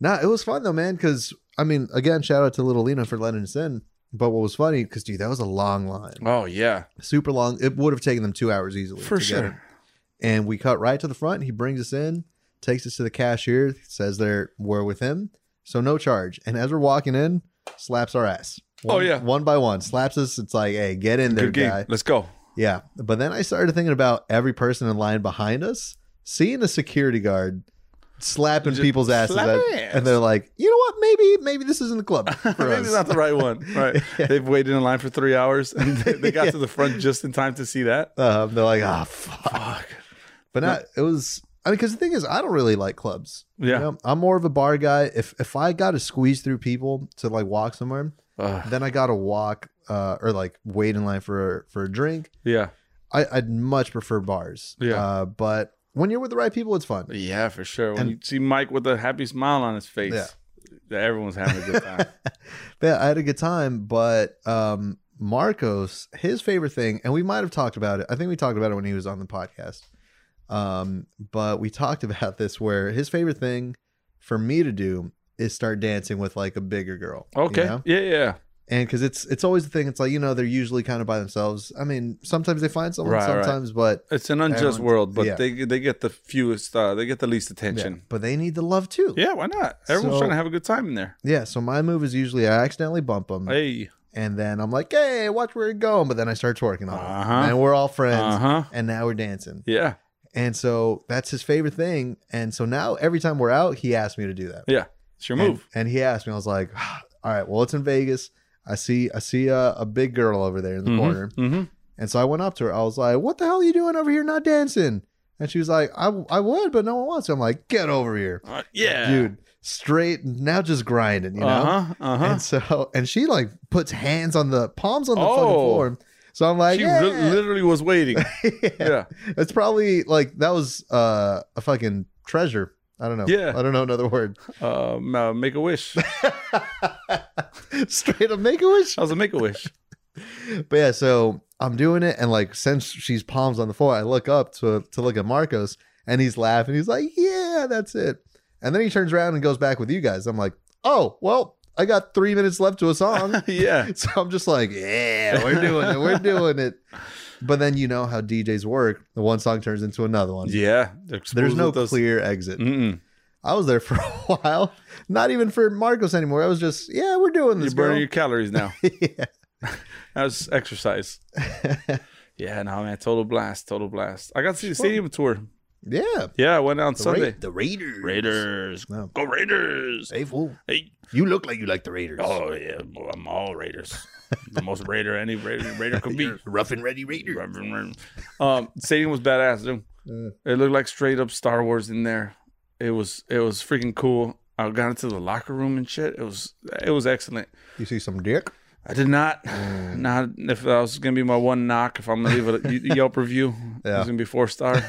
A: Nah, it was fun though, man. Because I mean, again, shout out to Little Lena for letting us in. But what was funny, because dude, that was a long line,
B: Oh yeah,
A: super long. It would have taken them two hours easily
B: for
A: to get it.
B: sure.
A: And we cut right to the front. He brings us in, takes us to the cashier, says they're we're with him, so no charge. And as we're walking in, slaps our ass.
B: Oh,
A: One-
B: yeah.
A: one by one, slaps us. It's like, hey, get in there,
B: Good game.
A: guy.
B: Let's go.
A: Yeah. But then I started thinking about every person in line behind us seeing a security guard slapping
B: Just
A: people's asses,
B: slap
A: at-
B: ass.
A: and they're like, you know what? Maybe maybe this isn't the club for
B: Maybe
A: us.
B: not the right one. Right? They've waited in line for three hours, and they, they got to the front just in time to see that.
A: Um, they're like, ah, fuck. But not, it was. I mean, because the thing is, I don't really like clubs. You
B: Yeah.
A: know, I'm more of a bar guy. If if I got to squeeze through people to like walk somewhere,
B: Ugh.
A: then I got to walk uh, or like wait in line for for a drink.
B: yeah.
A: I, I'd much prefer bars.
B: Yeah.
A: Uh, but when you're with the right people, it's fun.
B: Yeah, for sure. When
A: And-
B: you see Mike with a happy smile on his face,
A: Yeah.
B: that everyone's having a good time.
A: Yeah, I had a good time, but um, Marcos, his favorite thing, and we might have talked about it. I think we talked about it when he was on the podcast. Um, but we talked about this where his favorite thing for me to do is start dancing with like a bigger girl. you
B: Okay.
A: know?
B: Yeah, yeah.
A: And because it's it's always the thing. It's like you know they're usually kind of by themselves. I mean, sometimes they find someone,
B: Right, right.
A: sometimes,
B: It's an unjust
A: Everyone's-
B: world, but
A: yeah.
B: they they get the fewest, uh, they get the least
A: but yeah,
B: attention.
A: but they need the love too.
B: Yeah, why not? Everyone's
A: So-
B: trying to have a good time in there.
A: Yeah, So my move is usually I accidentally bump them,
B: Hey,
A: and then I'm like, hey, watch where you're going. But then I start twerking on 'em.
B: Uh-huh.
A: and we're all friends.
B: uh huh.
A: and now we're dancing.
B: Yeah,
A: And so that's his favorite thing. And so now every time we're out, he asked me to do that.
B: yeah. It's your
A: And-
B: move.
A: And, he asked me, I was like, all right, well, it's in Vegas. I see I see a, a big girl over there in the corner.
B: hmm
A: And so I went up to her. I was like, what the hell are you doing over here not dancing? And she was like, I, I would, but no one wants to. I'm like, get over here.
B: Uh, yeah,
A: Dude, straight now just grinding, you know?
B: Uh huh. Uh huh.
A: And so and she like puts hands on the palms on the fucking
B: Oh.
A: floor. So I'm like,
B: she
A: yeah.
B: re- literally was waiting.
A: yeah.
B: yeah.
A: That's probably like that was uh, a fucking treasure. I don't know.
B: Yeah.
A: I don't know another word.
B: Um, uh, make a wish. That
A: Straight up make a wish.
B: was a make a wish.
A: But yeah, so I'm doing it, and like since she's palms on the floor, I look up to to look at Marcos, and he's laughing. He's like, "Yeah, that's it." And then he turns around and goes back with you guys. I'm like, "Oh, well, I got three minutes left to a song."
B: yeah.
A: So I'm just like, yeah, we're doing it, we're doing it. But then you know how DJs work. The one song turns into another one.
B: Yeah.
A: There's no clear exit.
B: Mm-mm.
A: I was there for a while. Not even for Marcos anymore. I was just, yeah, we're doing
B: You're
A: this,
B: burning
A: bro.
B: your calories now.
A: yeah.
B: That was exercise. yeah, no man, total blast, total blast. I got to see the stadium tour.
A: yeah.
B: Yeah, I went on
A: The,
B: Sunday.
A: Ra- the Raiders.
B: Raiders,
A: No.
B: go Raiders!
A: Hey, fool.
B: Hey,
A: You look like you like the Raiders.
B: oh yeah, well, I'm all Raiders. the most Raider any Raider, Raider could be.
A: You're rough and ready Raider.
B: um, stadium was badass. Dude.
A: Uh.
B: It looked like straight up Star Wars in there. It was it was freaking cool. I got into the locker room and shit. It was it was excellent.
A: You see some dick?
B: I did not. Not if that was gonna be my one knock. If I'm gonna leave a y- Yelp review,
A: Yeah.
B: it's gonna be four star.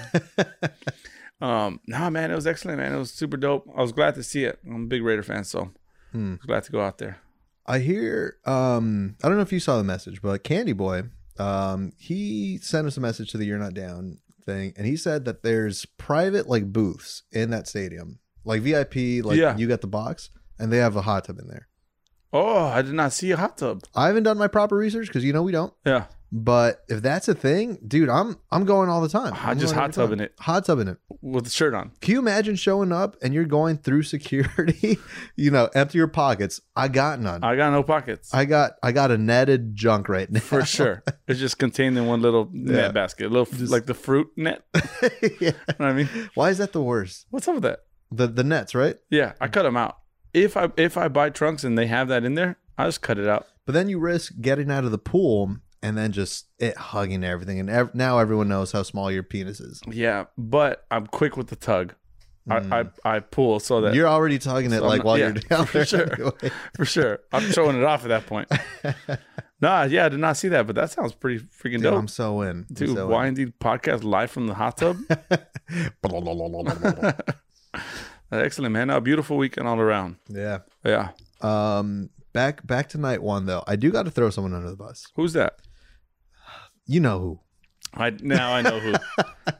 B: um, nah, man, it was excellent, man. It was super dope. I was glad to see it. I'm a big Raider fan, so I
A: Hmm.
B: was glad to go out there.
A: I hear, um, I don't know if you saw the message, but Candy Boy, um, he sent us a message to the You're Not Down thing, and he said that there's private like booths in that stadium, like VIP, like
B: Yeah.
A: you got the box, and they have a hot tub in there.
B: Oh, I did not see a hot tub.
A: I haven't done my proper research because you know we don't.
B: Yeah,
A: But if that's a thing, dude, I'm I'm going all the time.
B: I
A: I'm
B: just
A: going
B: hot
A: every time.
B: tubbing it
A: Hot tubbing it.
B: with the shirt on.
A: Can you imagine showing up and you're going through security? you know, empty your pockets. I got none. I,
B: I got no pockets
A: got I got a netted junk right now.
B: for sure. It's just contained in one little
A: Yeah.
B: net basket, a little like the fruit net. you
A: yeah.
B: know what I mean,
A: Why is that the worst?
B: what's up with that?
A: The the nets, right?
B: Yeah, I cut them out. If I if I buy trunks and they have that in there, I just cut it out.
A: But then you risk getting out of the pool and then just it hugging everything, and ev- now everyone knows how small your penis is. Mm.
B: Yeah, Mm. but I'm quick with the tug. I, I I pull so that
A: You're already tugging it
B: So I'm
A: like
B: not-
A: while
B: yeah,
A: you're down
B: for
A: there.
B: sure.
A: anyway.
B: for sure I'm showing it off at that point. nah, yeah, I did not see that, but that sounds pretty freaking
A: Dude,
B: dope.
A: I'm so in. I'm
B: Dude,
A: so in.
B: why indeed podcast live from the hot tub? Excellent, man. A beautiful weekend all around.
A: yeah.
B: Yeah.
A: Um, Back back to night one though. I do got to throw someone under the bus.
B: Who's that?
A: You know who?
B: I now I know who.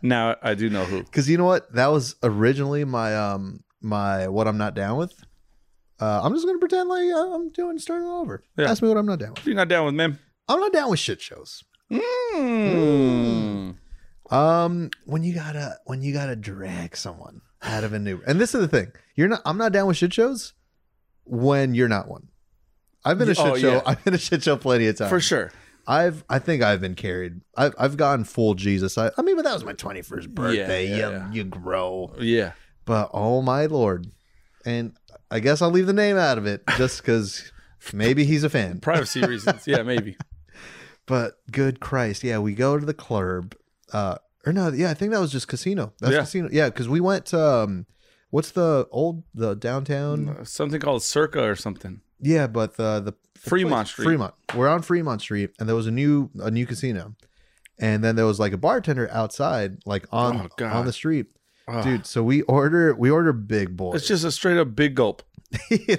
B: now I do know who.
A: Because you know what? That was originally my um my what I'm not down with. Uh, I'm just gonna pretend like uh, I'm doing starting all over.
B: Yeah.
A: Ask me what I'm not down with.
B: You're not down with men.
A: I'm not down with shit shows. Hmm.
B: Mm.
A: Um, when you gotta when you gotta drag someone out of an Uber, and this is the thing, you're not. I'm not down with shit shows when you're not one. I've been a shit
B: Oh,
A: show.
B: yeah.
A: I've been a shit show plenty of times
B: For sure.
A: I've I think I've been carried. I've I've gotten full Jesus. I, I mean, but that was my 21st birthday.
B: yeah,
A: you
B: yeah.
A: you grow,
B: Yeah.
A: but oh my lord, and I guess I'll leave the name out of it just because maybe he's a fan.
B: Privacy reasons. Yeah, maybe.
A: But good Christ, yeah, we go to the club. Uh, or no, yeah, I think that was just casino. That's
B: Yeah.
A: casino. Yeah, because we went. Um, what's the old the
B: Mm.
A: downtown?
B: Something called Circa or something.
A: Yeah, but the the the
B: Fremont
A: place-
B: Street.
A: Fremont. We're on Fremont Street, and there was a new a new casino, and then there was like a bartender outside, like
B: Oh,
A: on
B: God.
A: on the street,
B: Ah.
A: dude. So we order we order big boy.
B: It's just a straight up big gulp.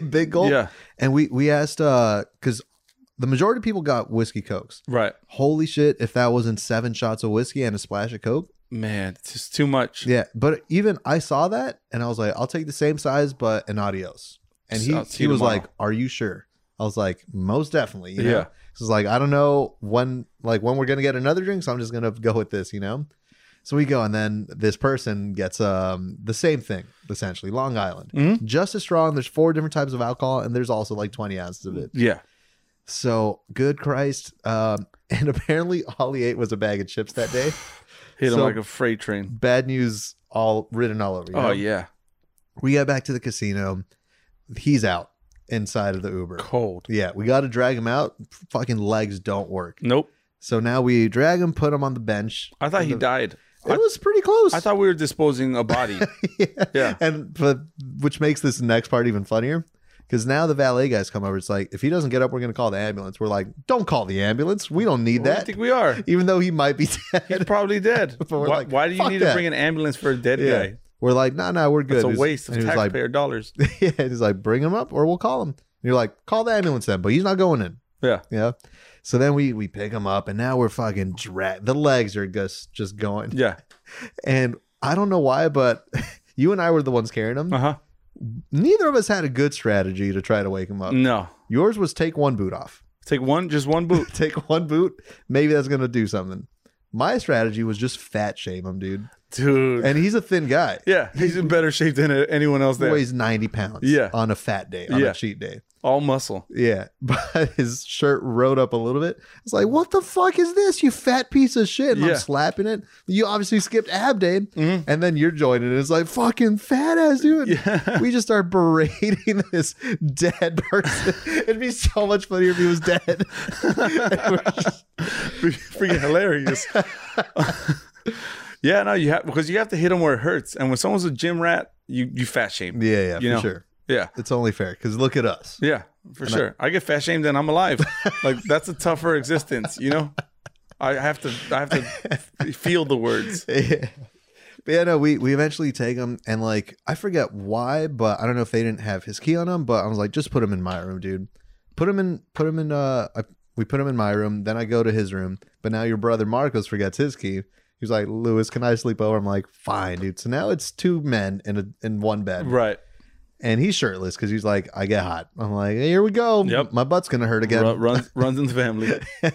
A: big gulp.
B: Yeah.
A: And we we asked uh because the majority of people got whiskey cokes.
B: Right.
A: Holy shit! If that wasn't seven shots of whiskey and a splash of coke,
B: Man, it's just too much.
A: yeah. But even I saw that and I was like, I'll take the same size, but an adios. And he
B: I'll see
A: he
B: you
A: was
B: tomorrow.
A: like, Are you sure? I was like, Most definitely. You know?
B: Yeah.
A: So it's like, I don't know when like when we're gonna get another drink, so I'm just gonna go with this, you know? So we go, and then this person gets um the same thing, essentially, Long Island.
B: Mhm.
A: Just as strong. There's four different types of alcohol, and there's also like 20 ounces of it.
B: Yeah.
A: So good Christ. Um, and apparently all he ate was a bag of chips that day.
B: Hit him
A: So-
B: like a freight train.
A: Bad news all written all over. you
B: Oh
A: know?
B: yeah.
A: We got back to the casino. He's out inside of the Uber.
B: Cold.
A: Yeah, we got to drag him out. Fucking legs don't work.
B: Nope.
A: So now we drag him, put him on the bench.
B: I thought he died.
A: It was pretty close.
B: I thought we were disposing a body.
A: yeah.
B: Yeah.
A: And but which makes this next part even funnier because now the valet guys come over. It's like if he doesn't get up, we're gonna call the ambulance. We're like, don't call the ambulance. We don't need
B: Well, I
A: that.
B: think we are.
A: Even though he might be
B: He's
A: dead,
B: probably dead.
A: But
B: why,
A: we're like,
B: why do you
A: "Fuck
B: need to
A: that."
B: bring an ambulance for a dead
A: Yeah.
B: guy?
A: we're like, nah, nah, we're good.
B: It's a
A: He's-
B: waste of
A: and he was like,
B: taxpayer dollars.
A: yeah, and he's like, bring him up or we'll call him. And you're like, call the ambulance then, but he's not going in.
B: Yeah.
A: Yeah. So then we we pick him up and now we're fucking dra- the legs are just just going.
B: Yeah.
A: And I don't know why, but you and I were the ones carrying him.
B: Uh huh.
A: Neither of us had a good strategy to try to wake him up.
B: No.
A: Yours was take one boot off.
B: Take one, just one boot.
A: Take one boot, maybe that's going to do something. My strategy was just fat shame him, dude.
B: Dude.
A: And he's a thin guy.
B: yeah. He's in better shape than uh, anyone else
A: He
B: there.
A: weighs 90 pounds
B: Yeah.
A: on a fat day, on
B: Yeah.
A: a cheat day.
B: All muscle.
A: Yeah, but his shirt rode up a little bit. It's like, what the fuck is this, you fat piece of shit? And
B: Yeah.
A: I'm slapping it. You obviously skipped ab day,
B: Mhm.
A: and then you're joining. it. It's like fucking fat ass dude.
B: Yeah.
A: We just start berating this dead person. It'd be so much funnier if he was dead.
B: Freaking hilarious. yeah, no, you have because you have to hit them where it hurts. And when someone's a gym rat, you you fat shame.
A: yeah, yeah,
B: You
A: for
B: know.
A: sure.
B: Yeah.
A: It's only fair because look at us.
B: Yeah, for sure. I, get fat shamed and I'm alive. like that's a tougher existence, you know. I have to I have to feel the words.
A: yeah. But yeah, no, we we eventually take him and like I forget why, but I don't know if they didn't have his key on him, but I was like, just put him in my room, dude. Put him in put him in uh I, we put him in my room, then I go to his room, but now your brother Marcos forgets his key. He's like, Lewis, can I sleep over? I'm like, fine, dude. So now it's two men in a in one bed.
B: Right.
A: And he's shirtless because he's like, I get hot. I'm like, here we go.
B: Yep.
A: My butt's gonna hurt again.
B: Run, runs runs in the family.
A: But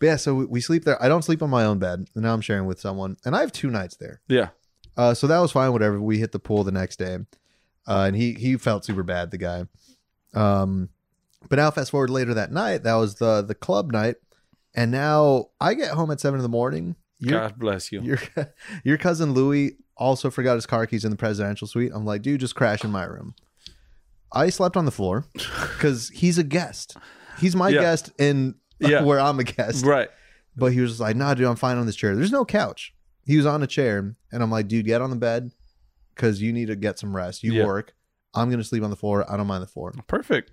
A: yeah, so we, we sleep there. I don't sleep on my own bed. And now I'm sharing with someone. And I have two nights there.
B: Yeah.
A: Uh, so that was fine. Whatever. We hit the pool the next day, uh, and he he felt super bad. The guy. Um, but now fast forward later that night. That was the the club night, and now I get home at seven in the morning. Your
B: God bless you.
A: your your cousin Louis also forgot his car keys in the presidential suite. I'm like, dude, just crash in my room. I slept on the floor because he's a guest. He's my
B: Yeah.
A: guest in
B: Yeah.
A: where I'm a guest.
B: Right.
A: But he was just like, nah, dude, I'm fine on this chair. There's no couch. He was on a chair. And I'm like, dude, get on the bed because you need to get some rest. You
B: Yeah.
A: work. I'm going to sleep on the floor. I don't mind the floor.
B: Perfect.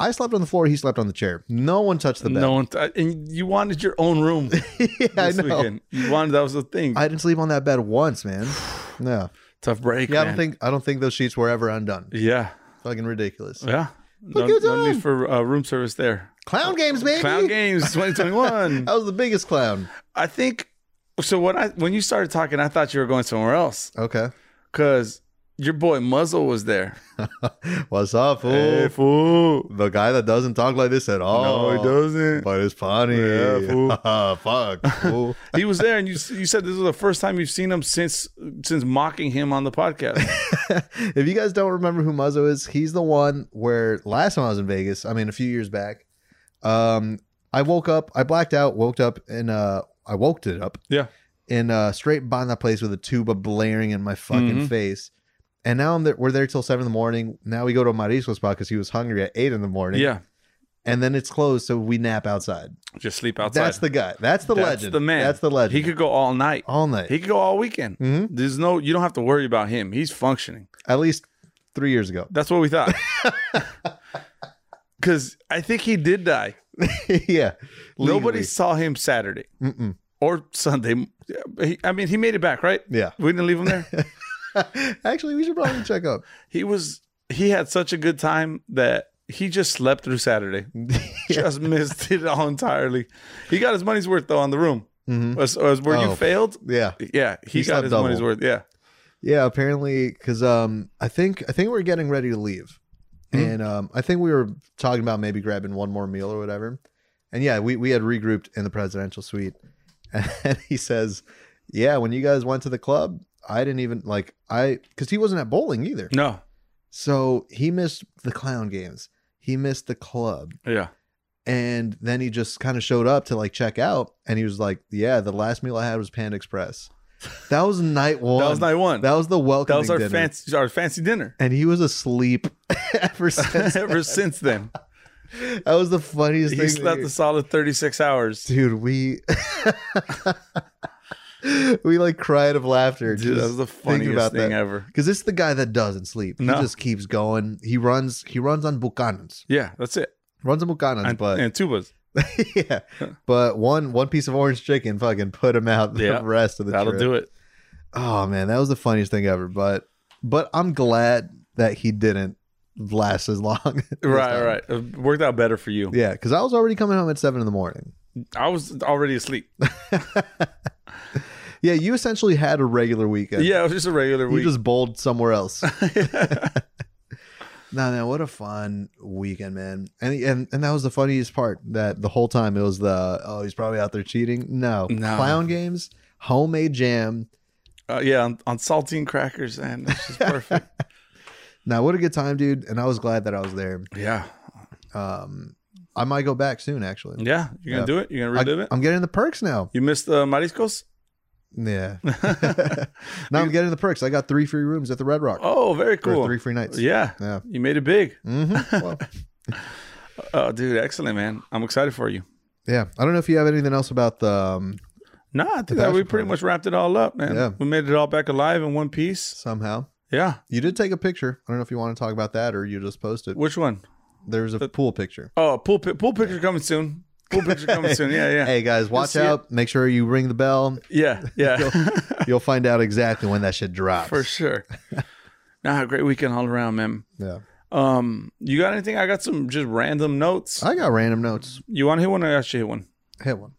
A: I slept on the floor. He slept on the chair. No one touched the bed.
B: No one and you wanted your own room
A: yeah, I
B: this
A: know.
B: weekend. You wanted that was the thing.
A: I didn't sleep on that bed once, man. No.
B: Tough break.
A: Yeah, I
B: man.
A: don't think I don't think those sheets were ever undone.
B: Yeah.
A: Fucking ridiculous.
B: Yeah. No,
A: at
B: no
A: them.
B: need for uh, room service there.
A: Clown games, baby.
B: Clown Games 2021.
A: I was the biggest clown.
B: I think so. When I when you started talking, I thought you were going somewhere else
A: Okay.
B: because your boy Muzzle was there.
A: What's up, fool?
B: fool!
A: The guy that doesn't talk like this at all.
B: no, he doesn't.
A: Oh. But it's funny.
B: Yeah, fool.
A: Fuck. fool.
B: He was there, and you you said this was the first time you've seen him since since mocking him on the podcast.
A: if you guys don't remember who Muzzo is, he's the one where last time I was in Vegas, I mean a few years back, um, I woke up, I blacked out, woke up in uh I woke it up.
B: Yeah.
A: In uh straight behind that place with a tuba blaring in my fucking
B: Mhm.
A: face. And now I'm there, we're there till seven in the morning. Now we go to a Marisco spot because he was hungry at eight in the morning.
B: yeah,
A: And then it's closed, so we nap outside.
B: just sleep outside.
A: That's the guy. That's the
B: That's
A: legend.
B: the man.
A: That's the Oh. legend.
B: he could go all night.
A: all night.
B: He could go all weekend.
A: hmm
B: There's no you don't have to worry about him. He's functioning.
A: At least three years ago.
B: That's what we thought. Because I think he did die.
A: yeah.
B: Nobody saw him Saturday
A: Legally. Mm-mm.
B: or Sunday. He- I mean, he made it back, right?
A: Yeah.
B: We didn't leave him there.
A: Actually, we should probably check up.
B: He was he had such a good time that he just slept through Saturday. Just missed it all entirely. He got his money's worth though on the room.
A: Mhm.
B: As, as where
A: Oh.
B: you failed,
A: Yeah,
B: yeah, he,
A: He
B: got
A: slept
B: his money's
A: double.
B: worth. Yeah,
A: yeah. Apparently, because um, I think I think we're getting ready to leave,
B: Hmm.
A: and um, I think we were talking about maybe grabbing one more meal or whatever. And yeah, we we had regrouped in the presidential suite, and he says, "Yeah, when you guys went to the club, I didn't even like I because he wasn't at bowling either,
B: no,
A: so he missed the clown games, he missed the club,
B: yeah,
A: and then he just kind of showed up to like check out and he was like yeah the last meal i had was panda express that was night one
B: that was night one.
A: that was the welcome
B: that was our
A: dinner.
B: fancy our fancy dinner.
A: and he was asleep ever since
B: Ever since then,
A: that was the funniest
B: he
A: thing
B: slept
A: that-
B: a solid thirty six hours.
A: dude we we like cried of laughter
B: Dude, that was
A: just
B: the
A: thinking
B: funniest
A: about
B: thing
A: that.
B: ever.
A: because it's the guy that doesn't sleep
B: No.
A: he just keeps going he runs he runs on buchanan's
B: Yeah, that's it.
A: runs on buchanan's
B: And,
A: but
B: and tubas.
A: yeah, but one one piece of orange chicken fucking put him out the
B: Yeah,
A: rest of the
B: That'll
A: trip.
B: do it.
A: Oh man, that was the funniest thing ever. But but I'm glad that he didn't last as long. this
B: Right,
A: time.
B: right. It worked out better for you.
A: Yeah, because I was already coming home at seven in the morning.
B: I was already asleep.
A: Yeah, you essentially had a regular weekend.
B: Yeah, it was just a regular
A: you
B: week.
A: just bowled somewhere else. No, no, what a fun weekend, man! And and and that was the funniest part. That the whole time it was the oh he's probably out there cheating. No,
B: No.
A: clown games, homemade jam.
B: uh, yeah, on, on saltine crackers, and it's just perfect.
A: Now what a good time, dude! And I was glad that I was there.
B: yeah,
A: Um, I might go back soon, actually.
B: yeah.
A: Yeah.
B: You're gonna do it. You're gonna
A: I,
B: relive it.
A: am getting the perks now.
B: You missed the mariscos.
A: Yeah. now I'm getting the perks. I got three free rooms at the Red Rock.
B: oh, very
A: for
B: cool.
A: Three free nights.
B: Yeah,
A: Yeah.
B: you made it big.
A: hmm Well,
B: Oh, dude, excellent, man. I'm excited for you.
A: yeah. I don't know if you have anything else about the. Um,
B: Nah, I think that we
A: bachelor
B: pretty
A: party.
B: much wrapped it all up, man.
A: Yeah.
B: We made it all back alive in one piece.
A: somehow
B: Yeah.
A: you did take a picture. I don't know if you want to talk about that or you just posted.
B: Which one?
A: There's a pool picture.
B: Oh, pool pi- pool picture coming soon. Pool picture coming soon. Yeah, yeah,
A: Hey guys, watch
B: see it.
A: out! Make sure you ring the bell.
B: yeah, yeah.
A: You'll find out exactly when that shit drops.
B: For sure. nah, great weekend all around, man.
A: Yeah,
B: Um, you got anything? I got some just random notes.
A: I got random notes.
B: You want to hit one? I should hit one.
A: Hit one.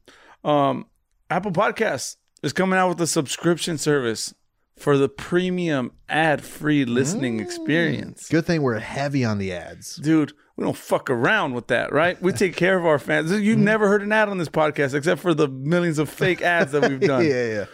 B: Um, Apple Podcasts is coming out with a subscription service for the premium ad-free listening
A: Mm.
B: experience.
A: Good thing we're heavy on the ads.
B: Dude, we don't fuck around with that, right? We take care of our fans.
A: Mm.
B: You've never heard an ad on this podcast except for the millions of fake ads that we've
A: Yeah,
B: done. yeah.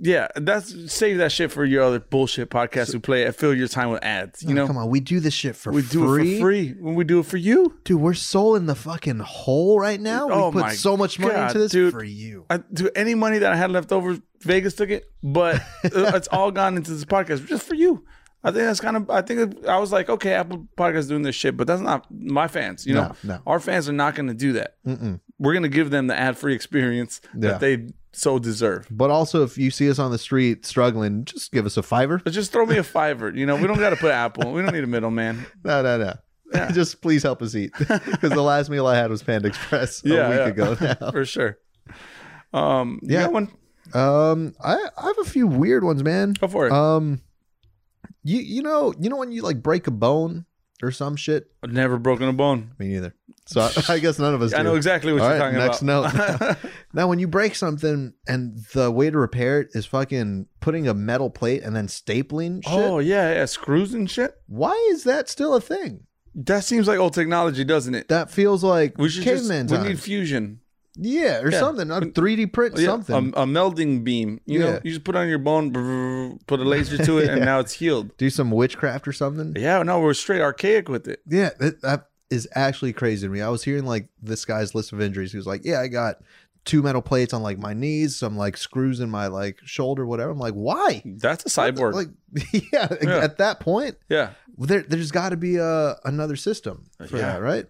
A: yeah.
B: that's save that shit for your other bullshit podcasts who play fill your time with ads. You know,
A: Come on, we do this shit for
B: we
A: free.
B: do it for free when we do it for you.
A: Dude, we're so in the fucking hole right now.
B: Oh
A: we
B: my
A: put so much money
B: God,
A: into this
B: dude.
A: for you.
B: I, to any money that I had left over, Vegas took it, but uh, it's all gone into this podcast just for you. I think that's kind of. I think it- I was like, okay, Apple Podcasts doing this shit, but that's not my fans. You know,
A: No, no.
B: our fans are not going to do that. We're going to give them the ad free experience
A: Yeah.
B: that they so deserve.
A: But also, if you see us on the street struggling, just give us a fiver.
B: But just throw me a fiver. You know, we don't got to put Apple. We don't need a middleman.
A: No, no, no. just please help us eat. Because the last meal I had was Panda Express a
B: Yeah,
A: week
B: yeah.
A: ago
B: for sure. Um, you
A: Yeah.
B: got one?
A: now. um, I, I have a few weird ones, man.
B: Go for it.
A: Um, you you know you know when you like break a bone or some shit.
B: I've never broken a bone.
A: Me neither. So I, I guess none of us.
B: I
A: do.
B: know exactly what
A: All
B: you're
A: right,
B: talking
A: next
B: about.
A: note. Now, when you break something and the way to repair it is fucking putting a metal plate and then stapling shit,
B: oh yeah, yeah, screws and shit.
A: why is that still a thing?
B: That seems like old technology, doesn't it?
A: That feels like
B: We should just
A: caveman
B: we
A: times.
B: need fusion.
A: yeah, or
B: yeah.
A: something. A 3D print
B: Yeah, um,
A: something.
B: A, a melding beam. You
A: Yeah.
B: know, you just put on your bone, brrr, put a laser to it, and
A: Yeah.
B: now it's healed.
A: do some witchcraft or something.
B: Yeah, no, we're straight archaic with it.
A: Yeah, that, that is actually crazy to me. I was hearing like this guy's list of injuries. He was like, "Yeah, I got two metal plates on like my knees, some like screws in my like shoulder, whatever." I'm like, "Why?"
B: That's a cyborg.
A: Like, yeah,
B: Yeah.
A: At that point,
B: yeah,
A: there, there's got to be a another system for
B: Yeah.
A: that, right?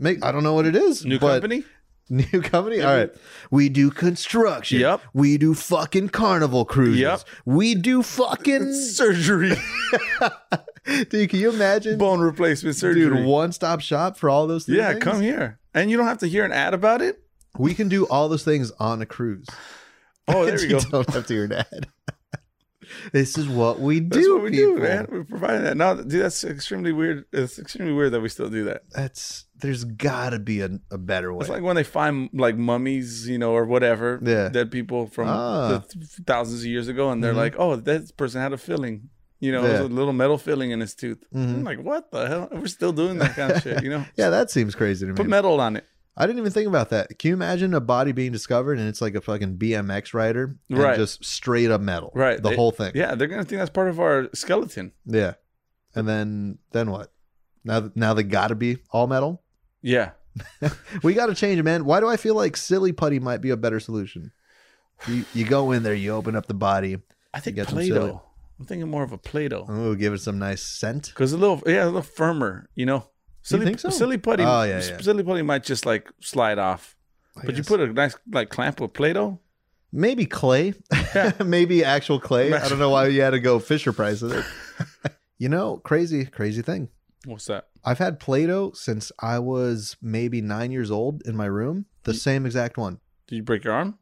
A: Make I don't know what it is.
B: new
A: but-
B: company.
A: New company.
B: Yeah,
A: All
B: we-
A: right, we do construction.
B: Yep.
A: We do fucking carnival cruises.
B: Yep.
A: We do fucking.
B: Surgery,
A: Dude, can you imagine?
B: bone replacement surgery.
A: Dude, one stop shop for all those three
B: yeah,
A: things.
B: come here, and you don't have to hear an ad about it.
A: We can do all those things on a cruise.
B: Oh, there you go.
A: don't have to hear an ad. this is what we do.
B: That's what we
A: people.
B: do, man. We're providing that. No, dude, that's extremely weird. It's extremely weird that we still do that.
A: That's there's got to be a, a better way.
B: It's like when they find like mummies, you know, or whatever,
A: Yeah.
B: dead people from
A: Ah.
B: the th- thousands of years ago, and they're
A: Mhm.
B: like, "Oh, that person had a filling." You know, it
A: Yeah.
B: was a little metal filling in his tooth.
A: Mhm.
B: I'm like, what the hell? We're still doing that kind of shit, you know?
A: yeah, that seems crazy to me.
B: Put metal on it.
A: I didn't even think about that. Can you imagine a body being discovered and it's like a fucking BMX rider, and
B: Right.
A: Just straight up metal,
B: Right.
A: The
B: They-
A: whole thing,
B: Yeah, they're gonna think that's part of our skeleton.
A: yeah. And then then what? Now now they got to be all metal.
B: Yeah.
A: We got to change it, man. Why do I feel like silly putty might be a better solution? You, you go in there, you open up the body,
B: I think
A: get some
B: Play
A: silly-
B: Doh. I'm thinking more of a Play Doh.
A: oh, give it some nice scent.
B: Because a little yeah, a little firmer, you know. Silly
A: think so?
B: silly putty
A: Oh, yeah, yeah.
B: silly putty might just like slide off.
A: I
B: But you
A: guess.
B: put a nice like clamp of Play Doh.
A: maybe clay,
B: Yeah.
A: maybe actual clay. I don't know why you had to go Fisher Price with it. you know, crazy, crazy thing.
B: What's that?
A: I've had Play-Doh since I was maybe nine years old in my room. The same exact one.
B: Did you break your arm?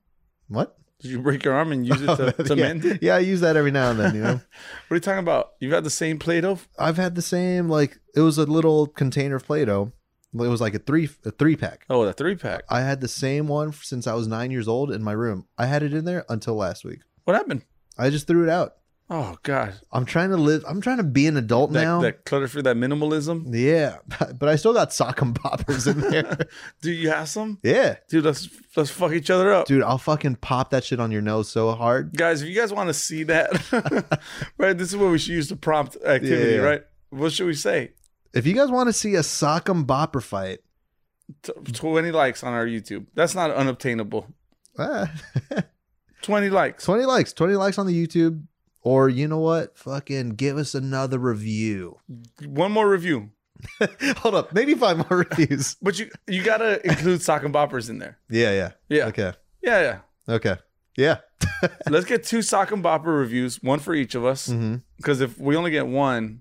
A: What? Oh,
B: Did you break your arm and use it to, to
A: yeah.
B: mend it?
A: yeah, I use that every now and then. You know,
B: What are you talking about? You've had the same Play-Doh?
A: I've had the same like it was a little container of Play-Doh. It was like a three a three pack.
B: Oh, the three pack.
A: I had the same one since I was nine years old in my room. I had it in there until last week.
B: What happened?
A: I just threw it out.
B: Oh God.
A: I'm trying to live. I'm trying to be an adult
B: That,
A: now.
B: that clutter free, that minimalism.
A: Yeah, but I still got sock and poppers in there.
B: Do you have some?
A: yeah,
B: Dude, let's let's fuck each other up.
A: dude, I'll fucking pop that shit on your nose so hard.
B: guys if you guys want to see that right this is what we should use to prompt activity
A: Yeah.
B: right what should we say
A: If you guys want to see a sock and bopper fight,
B: T- 20 likes on our youtube that's not unobtainable
A: ah,
B: 20 likes
A: 20 likes, 20 likes on the YouTube, or you know what? Fucking give us another review.
B: one more review
A: Hold up, maybe five more reviews.
B: but you you gotta include sock and boppers in there
A: Yeah, yeah,
B: yeah
A: okay,
B: yeah yeah
A: okay, yeah.
B: let's get two sock and bopper reviews one for each of us
A: Mm-hmm.
B: because if we only get one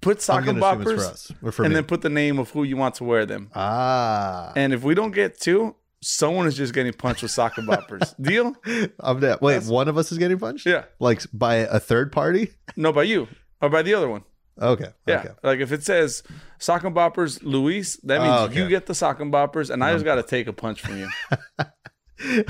B: put sock and
A: for
B: boppers
A: us or for
B: and
A: me.
B: then put the name of who you want to wear them
A: ah,
B: and if we don't get two someone is just getting punched with sock and boppers deal
A: I'm dead. Wait,
B: That's-
A: one of us is getting punched,
B: yeah
A: like by a third party.
B: no by you or by the other one
A: Okay,
B: Yeah.
A: okay.
B: Like if it says sock and boppers, Luis, that means
A: Oh, okay.
B: you get the sock and boppers, and I just got to take a punch from you.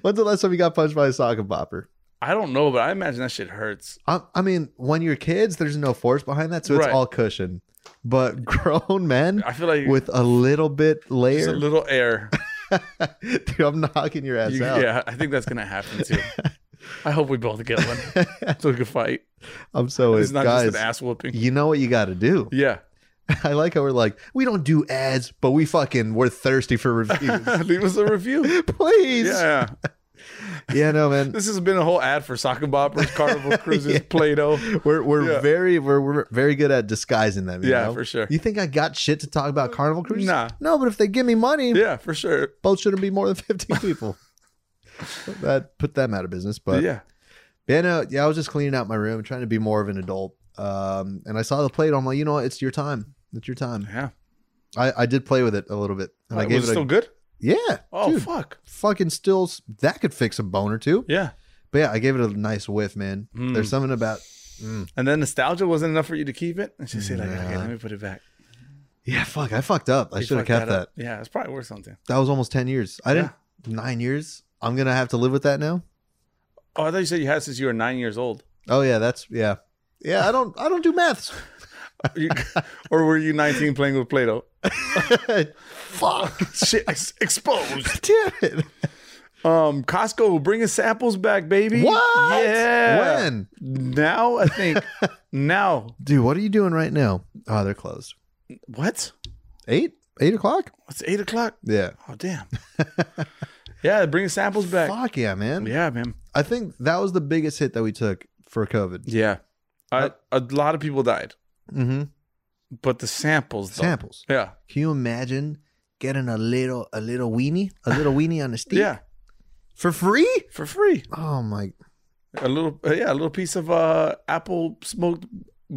A: When's the last time you got punched by a sock and popper?
B: I don't know, but I imagine that shit hurts.
A: I, I mean, when you're kids, there's no force behind that, so it's
B: Right.
A: all cushion. But grown men
B: I feel like
A: with a little bit
B: just a
A: layer,
B: little air.
A: dude, I'm knocking your ass
B: You-
A: out.
B: yeah, I think that's gonna happen too. I hope we both get one so we can fight.
A: I'm so
B: It's
A: it's
B: not
A: guys.
B: just an ass whooping.
A: You know what you got to do.
B: Yeah,
A: I like how we're like, we don't do ads, but we fucking we're thirsty for reviews.
B: leave us a review.
A: Please, yeah.
B: Yeah,
A: no, man,
B: this has been a whole ad for sock and boppers, carnival cruises, Play-Doh.
A: we're we're
B: Yeah.
A: very we're, we're very good at disguising them. you
B: Yeah,
A: know?
B: for sure.
A: You think I got shit to talk about Carnival Cruise?
B: Nah.
A: no, but if they give me money,
B: Yeah, for sure.
A: boat shouldn't be more than 15 people. that put them out of business. But yeah.
B: yeah,
A: no, yeah, I was just cleaning out my room, trying to be more of an adult. Um, and I saw the plate. I'm like, you know what? It's your time. It's your time.
B: yeah.
A: I, I did play with it a little bit, and I
B: Like,
A: gave
B: was
A: it a
B: it still good?
A: yeah.
B: Oh
A: dude,
B: fuck.
A: fucking still s- that could fix a bone or two.
B: Yeah.
A: But yeah, I gave it a nice whiff, man.
B: Mm.
A: There's something about Mm.
B: And then nostalgia wasn't enough for you to keep it. And she said, like, okay,
A: Nah.
B: let me put it back.
A: Yeah, fuck. I fucked up. I
B: You
A: should have
B: fucked
A: kept that.
B: up. Yeah, it's probably worth something.
A: That was almost 10 years. I didn't. Nine years. I'm going to have to live with that now.
B: Oh, I thought you said you had it since you were nine years old.
A: Oh, yeah. That's, yeah. Yeah. I don't, I don't do maths.
B: You- or were you 19 playing with Play-Doh?
A: fuck.
B: Shit, ex- exposed.
A: Damn it.
B: Um, Costco bringing samples back, baby.
A: What?
B: Yeah.
A: When?
B: Now I think now.
A: Dude, what are you doing right now? Oh, they're closed.
B: What?
A: Eight? Eight o'clock?
B: It's eight o'clock.
A: Yeah.
B: Oh damn. yeah, bringing samples back.
A: Fuck yeah, man.
B: Yeah, man.
A: I think that was the biggest hit that we took for COVID.
B: Yeah. I, a lot of people died,
A: Mm-hmm.
B: but the samples. Though,
A: Samples.
B: Yeah.
A: Can you imagine getting a little, a little weenie, a little weenie on the stick
B: Yeah.
A: for free?
B: For free.
A: Oh my!
B: A little. Yeah, a little piece of uh apple smoked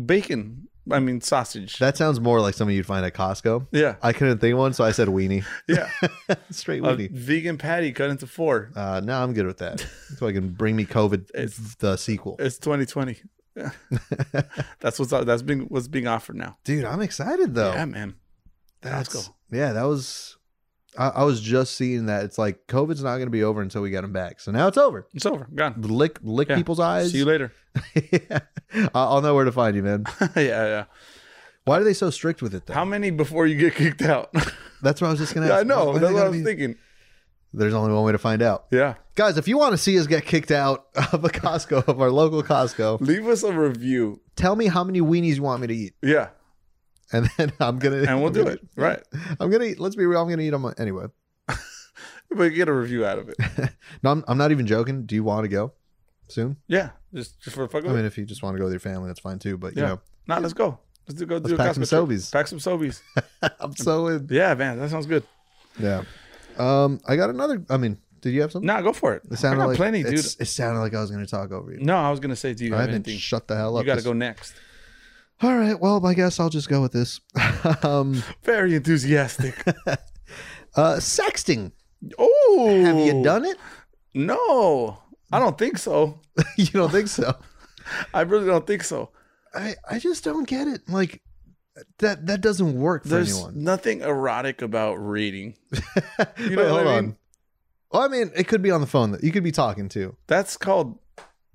B: bacon. I mean sausage.
A: That sounds more like something you'd find at Costco.
B: yeah.
A: I couldn't think of one, so I said weenie,
B: Yeah.
A: straight
B: a
A: weenie.
B: vegan patty cut into four.
A: Uh, now I'm good with that. So I can bring me COVID,
B: It's-
A: the sequel.
B: It's 2020. Yeah. that's what's that's being what's being offered now.
A: Dude, I'm excited though.
B: Yeah, man. That's cool.
A: Yeah, that was. I, I was just seeing that it's like COVID's not going to be over until we get them back. So now it's over.
B: It's over. Gone.
A: Lick, lick
B: Yeah.
A: people's eyes.
B: See you later.
A: yeah. I- I'll know where to find you, man.
B: yeah, yeah.
A: Why are they so strict with it though?
B: How many before you get kicked out?
A: That's what I was just gonna.
B: Yeah,
A: Ask.
B: I know.
A: Why do they
B: That's what I
A: gotta
B: was
A: be-
B: thinking.
A: There's only one way to find out,
B: Yeah.
A: guys. If you want to see us get kicked out of a Costco, of our local Costco,
B: Leave us a review.
A: tell me how many weenies you want me to eat,
B: Yeah.
A: and then I'm gonna
B: And we'll
A: I'm
B: do
A: gonna-
B: it. Right.
A: I'm gonna eat. Let's be real. I'm gonna eat them anyway.
B: But get a review out of it.
A: No, I'm, I'm not even joking. Do you want to go soon?
B: Yeah. Just, just for the fuck of
A: I
B: it.
A: mean, if you just want to go with your family, that's fine too. But you
B: Yeah.
A: know,
B: Nah, let's go. Let's do go do a
A: pack some
B: Costco trip.
A: Sobeys.
B: Pack some Sobies.
A: I'm so in.
B: Yeah, man. That sounds good.
A: Yeah. Um, I got another. I mean, did you have something?
B: Nah, go for it.
A: It
B: I
A: sounded
B: got
A: like
B: plenty, dude.
A: it's- It sounded like I was gonna talk over you.
B: No, I was gonna say, do you
A: I
B: have
A: haven't
B: anything?
A: shut the hell up.
B: You gotta
A: this-
B: go next.
A: All right. Well, I guess I'll just go with this. um,
B: Very enthusiastic.
A: uh, sexting.
B: oh,
A: Have you done it?
B: No, I don't think so.
A: you don't think so?
B: I really don't think so.
A: I I just don't get it. Like that that doesn't work for
B: There's
A: anyone.
B: nothing erotic about reading.
A: Wait,
B: know what I
A: hold
B: mean?
A: on. Well, I mean, it could be on the phone. That you could be talking to.
B: That's called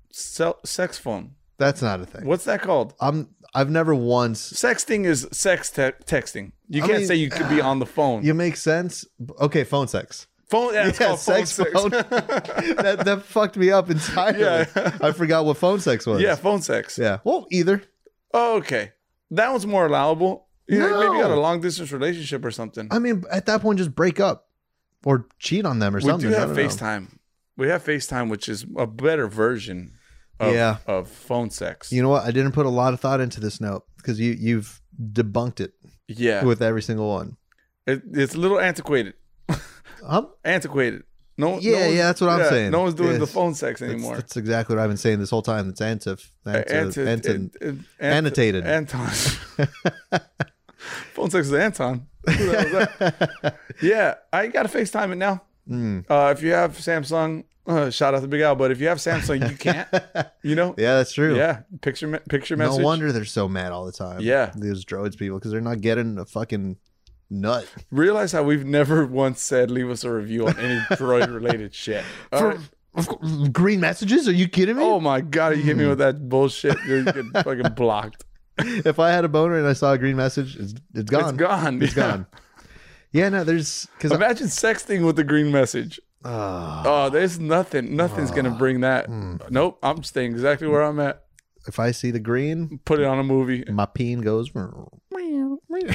B: se- sex phone.
A: That's not a thing.
B: What's that called?
A: I'm. I've never once.
B: Sexting is sex te- texting. You
A: I
B: can't
A: mean, ah,
B: say you could be on the phone.
A: You make sense. Okay, phone sex.
B: phone, yeah, it's
A: yeah,
B: called phone
A: sex
B: sex.
A: phone. That that fucked me up entirely.
B: Yeah.
A: I forgot what phone sex was.
B: yeah, phone sex.
A: Yeah. Well, either.
B: Okay, that one's more allowable. You know, maybe you got a
A: No.
B: long distance relationship or something.
A: I mean, at that point, just break up or cheat on them or
B: we
A: something.
B: do
A: I
B: have
A: don't know.
B: FaceTime. We have FaceTime, which is a better version of,
A: Yeah.
B: of phone sex.
A: You know what? I didn't put a lot of thought into this note because you you've debunked it
B: yeah,
A: with every single one.
B: it, it's a little antiquated.
A: Um,
B: Antiquated. No.
A: Yeah,
B: no one's-
A: yeah, that's what I'm saying.
B: No one's doing the
A: Yes.
B: phone sex
A: that's,
B: anymore.
A: that's exactly what I've been saying this whole time. It's antif,
B: Uh,
A: antif,
B: Anti-
A: antin-
B: an- an-
A: annotated.
B: Anton. phone sex is Anton. Who the hell is that? yeah, I gotta FaceTime it now.
A: Mm.
B: Uh, if you have Samsung, uh, shout out to Big Al. But if you have Samsung, you can't. You know.
A: Yeah, that's true.
B: Yeah. Picture me- picture
A: no
B: message.
A: wonder they're so mad all the time.
B: Yeah.
A: these droids people because they're not getting a fucking nut.
B: Realize how we've never once said leave us a review on any droid related shit. All
A: For,
B: right.
A: of course, green messages? Are you kidding me?
B: Oh my god, you hit me with that bullshit. You're getting fucking blocked.
A: If I had a boner and I saw a green message, it's, it's gone.
B: It's gone.
A: It's
B: Yeah.
A: gone. Yeah, no, there's because
B: Imagine sexting with the green message.
A: uh,
B: Oh, there's nothing. Nothing's gonna
A: Ah,
B: bring that.
A: hmm.
B: Nope. I'm staying exactly where I'm at.
A: if I see the green,
B: Put it on a movie.
A: my peen goes.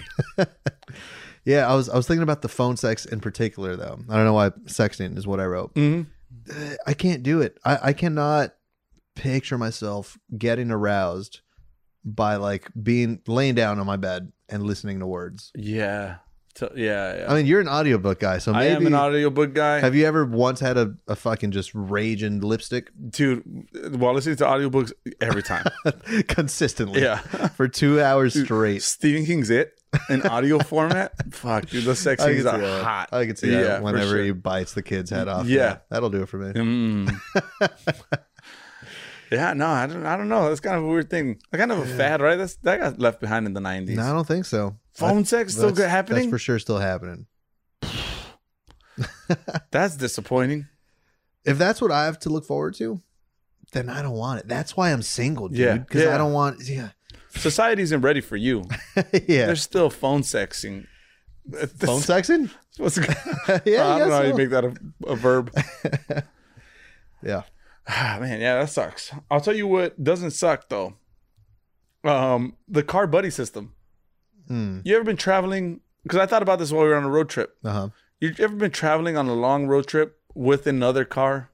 A: yeah, I was I was thinking about the phone sex in particular though. I don't know why sexting is what I wrote.
B: hmm
A: Uh, I can't do it. I, I cannot picture myself getting aroused by like being laying down on my bed and listening to words.
B: Yeah. T- yeah. yeah.
A: I mean, you're an audiobook guy, so
B: I
A: maybe
B: am an audiobook guy,
A: have you ever once had a, a fucking just rage and lipstick
B: dude. While listening to audiobooks every time,
A: consistently
B: yeah.
A: for two hours straight?
B: Stephen King's it in audio format. Fuck, dude, those sex
A: I
B: scenes
A: can
B: are
A: see that.
B: hot.
A: uh, I can see
B: Yeah,
A: that
B: for
A: whenever
B: sure.
A: he bites the kid's head off.
B: Yeah.
A: that'll do it for me.
B: Mm. Yeah, no, I don't. I don't know. That's kind of a weird thing. That's kind of a fad, right? That's that got left behind in the nineties.
A: No, I don't think so.
B: Phone sex still
A: that's, That's
B: happening.
A: for
B: That's,
A: sure still happening.
B: disappointing.
A: If that's what I have to look forward to, then I don't want it. That's why I'm single, dude.
B: Yeah,
A: Because
B: yeah.
A: I don't want. Yeah.
B: Society isn't ready for you.
A: yeah.
B: There's still phone sexing.
A: Phone sexing?
B: What's
A: yeah.
B: I don't know how
A: guess
B: you
A: so.
B: make that a, a verb.
A: Yeah.
B: Ah, man, yeah, that sucks. I'll tell you what doesn't suck though. Um, the car buddy system.
A: Mm,
B: You ever been traveling? Because I thought about this while we were on a road trip.
A: uh-huh.
B: You ever been traveling on a long road trip with another car?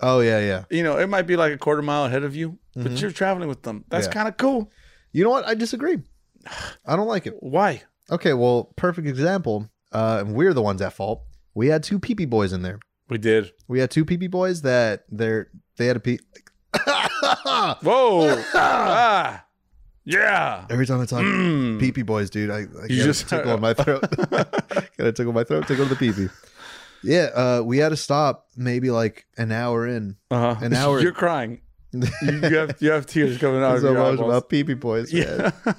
A: Oh, yeah, yeah.
B: You know, it might be like a quarter mile ahead of you, but
A: Mhm.
B: you're traveling with them. That's
A: Yeah.
B: kind of cool.
A: You know what? I disagree. I don't like it.
B: Why?
A: Okay, well, perfect example. Uh, and we're the ones at fault. We had two peepee boys in there.
B: We did.
A: We had two peepee boys that they're they had a pee.
B: Whoa! ah, yeah.
A: Every time I talk
B: Mm.
A: peepee boys, dude, I, I
B: You
A: get
B: just-
A: a tickle in my throat. Gotta tickle my throat, tickle the peepee. Yeah, uh, we had to stop maybe like an hour in.
B: Uh-huh.
A: An hour-
B: You're crying. You, you have you have tears coming out of
A: That's what
B: your
A: I was
B: eyeballs.
A: about peepee boys. man.
B: Yeah.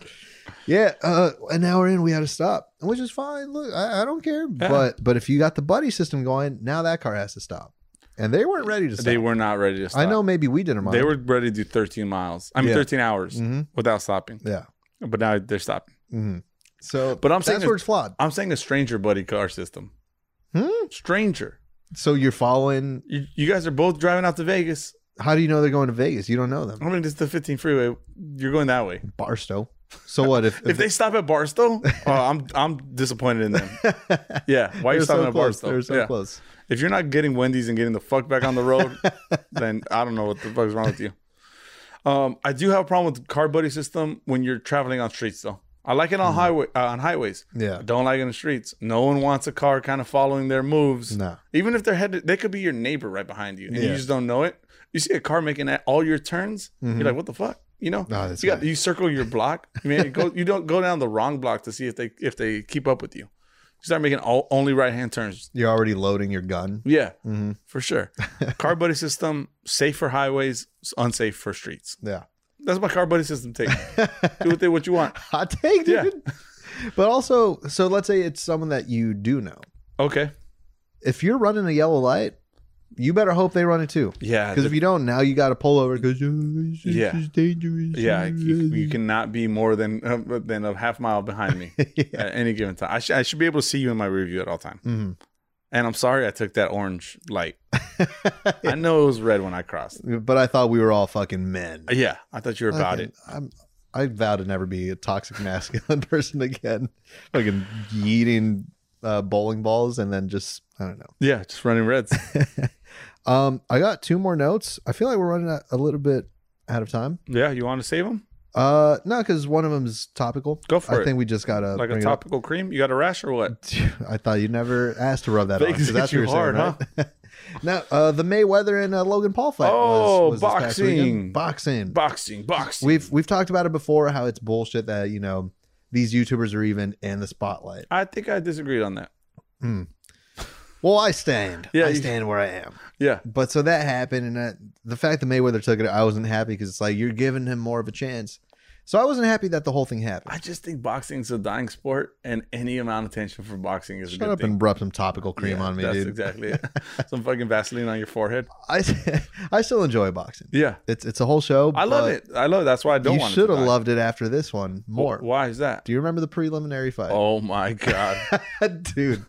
A: Yeah, uh, an hour in, we had to stop, which is fine. Look, I, I don't care. But but if you got the buddy system going, now that car has to stop, and they weren't ready to stop.
B: They were not ready to stop.
A: I know maybe we didn't mind.
B: They were ready to do 13 miles. I mean,
A: Yeah.
B: 13 hours
A: hmm
B: without stopping.
A: Yeah.
B: But now they're stopping.
A: hmm So,
B: But I'm saying
A: that's where it's flawed.
B: I'm saying a stranger buddy car system.
A: Hmm?
B: Stranger.
A: So you're following.
B: You, you guys are both driving out to Vegas.
A: How do you know they're going to Vegas? You don't know them.
B: I mean, it's the 15 freeway. You're going that way.
A: Barstow. So what if?
B: If they stop at Barstow, oh, I'm I'm disappointed in them. Yeah, why are
A: They're
B: you stopping
A: so
B: at
A: close.
B: Barstow?
A: They're so
B: yeah.
A: close.
B: If you're not getting Wendy's and getting the fuck back on the road, then I don't know what the fuck's wrong with you. Um, I do have a problem with the car buddy system when you're traveling on streets though. I like it on highway uh, on highways.
A: Mm-hmm. Yeah.
B: I don't like it in the streets. No one wants a car kind of following their moves.
A: No.
B: Even if they're headed, they could be your neighbor right behind you, and you
A: Yeah.
B: just don't know it. You see a car making a- all your turns,
A: Mhm.
B: you're like, "What the fuck?" You know,
A: Oh, this
B: you got
A: guy.
B: you circle your block. I mean, you go you don't go down the wrong block to see if they if they keep up with you. You start making all, only right hand turns.
A: You're already loading your gun.
B: Yeah,
A: hmm
B: for sure. car buddy system safe for highways, unsafe for streets.
A: Yeah.
B: That's my car buddy system take. Do with it what you want.
A: Hot take, dude.
B: Yeah.
A: But also, so let's say it's someone that you do know.
B: Okay.
A: If you're running a yellow light, you better hope they run it too.
B: Yeah.
A: Because if you don't, now you got to pull over "Oh, because it's
B: Yeah.
A: it's dangerous.
B: Yeah, you, you cannot be more than uh, than a half mile behind me
A: yeah.
B: at any given time. I, sh- I should be able to see you in my review at all time.
A: Mhm.
B: And I'm sorry I took that orange light. I know it was red when I crossed. Uh,
A: But I thought we were all fucking men.
B: Yeah, I thought you were about
A: Fucking-
B: it.
A: I'm, I vow to never be a toxic masculine person again. Fucking yeeting uh, bowling balls and then just I don't know.
B: Yeah, just running reds.
A: Um, I got two more notes. I feel like we're running out, a little bit out of time.
B: yeah, you want to save them?
A: Uh, no, because one of them's topical.
B: Go for
A: I
B: it.
A: think we just gotta
B: like a
A: bring it up.
B: topical cream? You got a rash or what?
A: I thought you never asked to rub that on.
B: Vegas
A: 'cause that's
B: hit
A: what
B: you
A: you're saying,
B: hard,
A: right? no, uh, the Mayweather and uh, Logan Paul fight.
B: Oh,
A: was, was this past
B: boxing.
A: weekend. boxing,
B: Boxing, boxing.
A: We've we've talked about it before. How it's bullshit that you know these YouTubers are even in the spotlight.
B: I think I disagreed on that.
A: Well, I stand.
B: Yeah,
A: I
B: you-
A: stand where I am.
B: Yeah,
A: But so that happened, and I, the fact that Mayweather took it, I wasn't happy because it's like you're giving him more of a chance. So I wasn't happy that the whole thing happened.
B: I just think boxing's a dying sport, and any amount of attention for boxing is a
A: Shut
B: good
A: up
B: thing.
A: and rub some topical cream
B: Yeah,
A: on me,
B: that's
A: dude.
B: exactly it. Some fucking Vaseline on your forehead.
A: I I still enjoy boxing.
B: Yeah,
A: It's it's a whole show.
B: I love
A: but
B: it. I love. It. That's why I don't
A: You
B: want. it
A: should
B: to
A: have
B: die.
A: loved it after this one more.
B: Why is that?
A: Do you remember the preliminary fight?
B: Oh my god,
A: dude,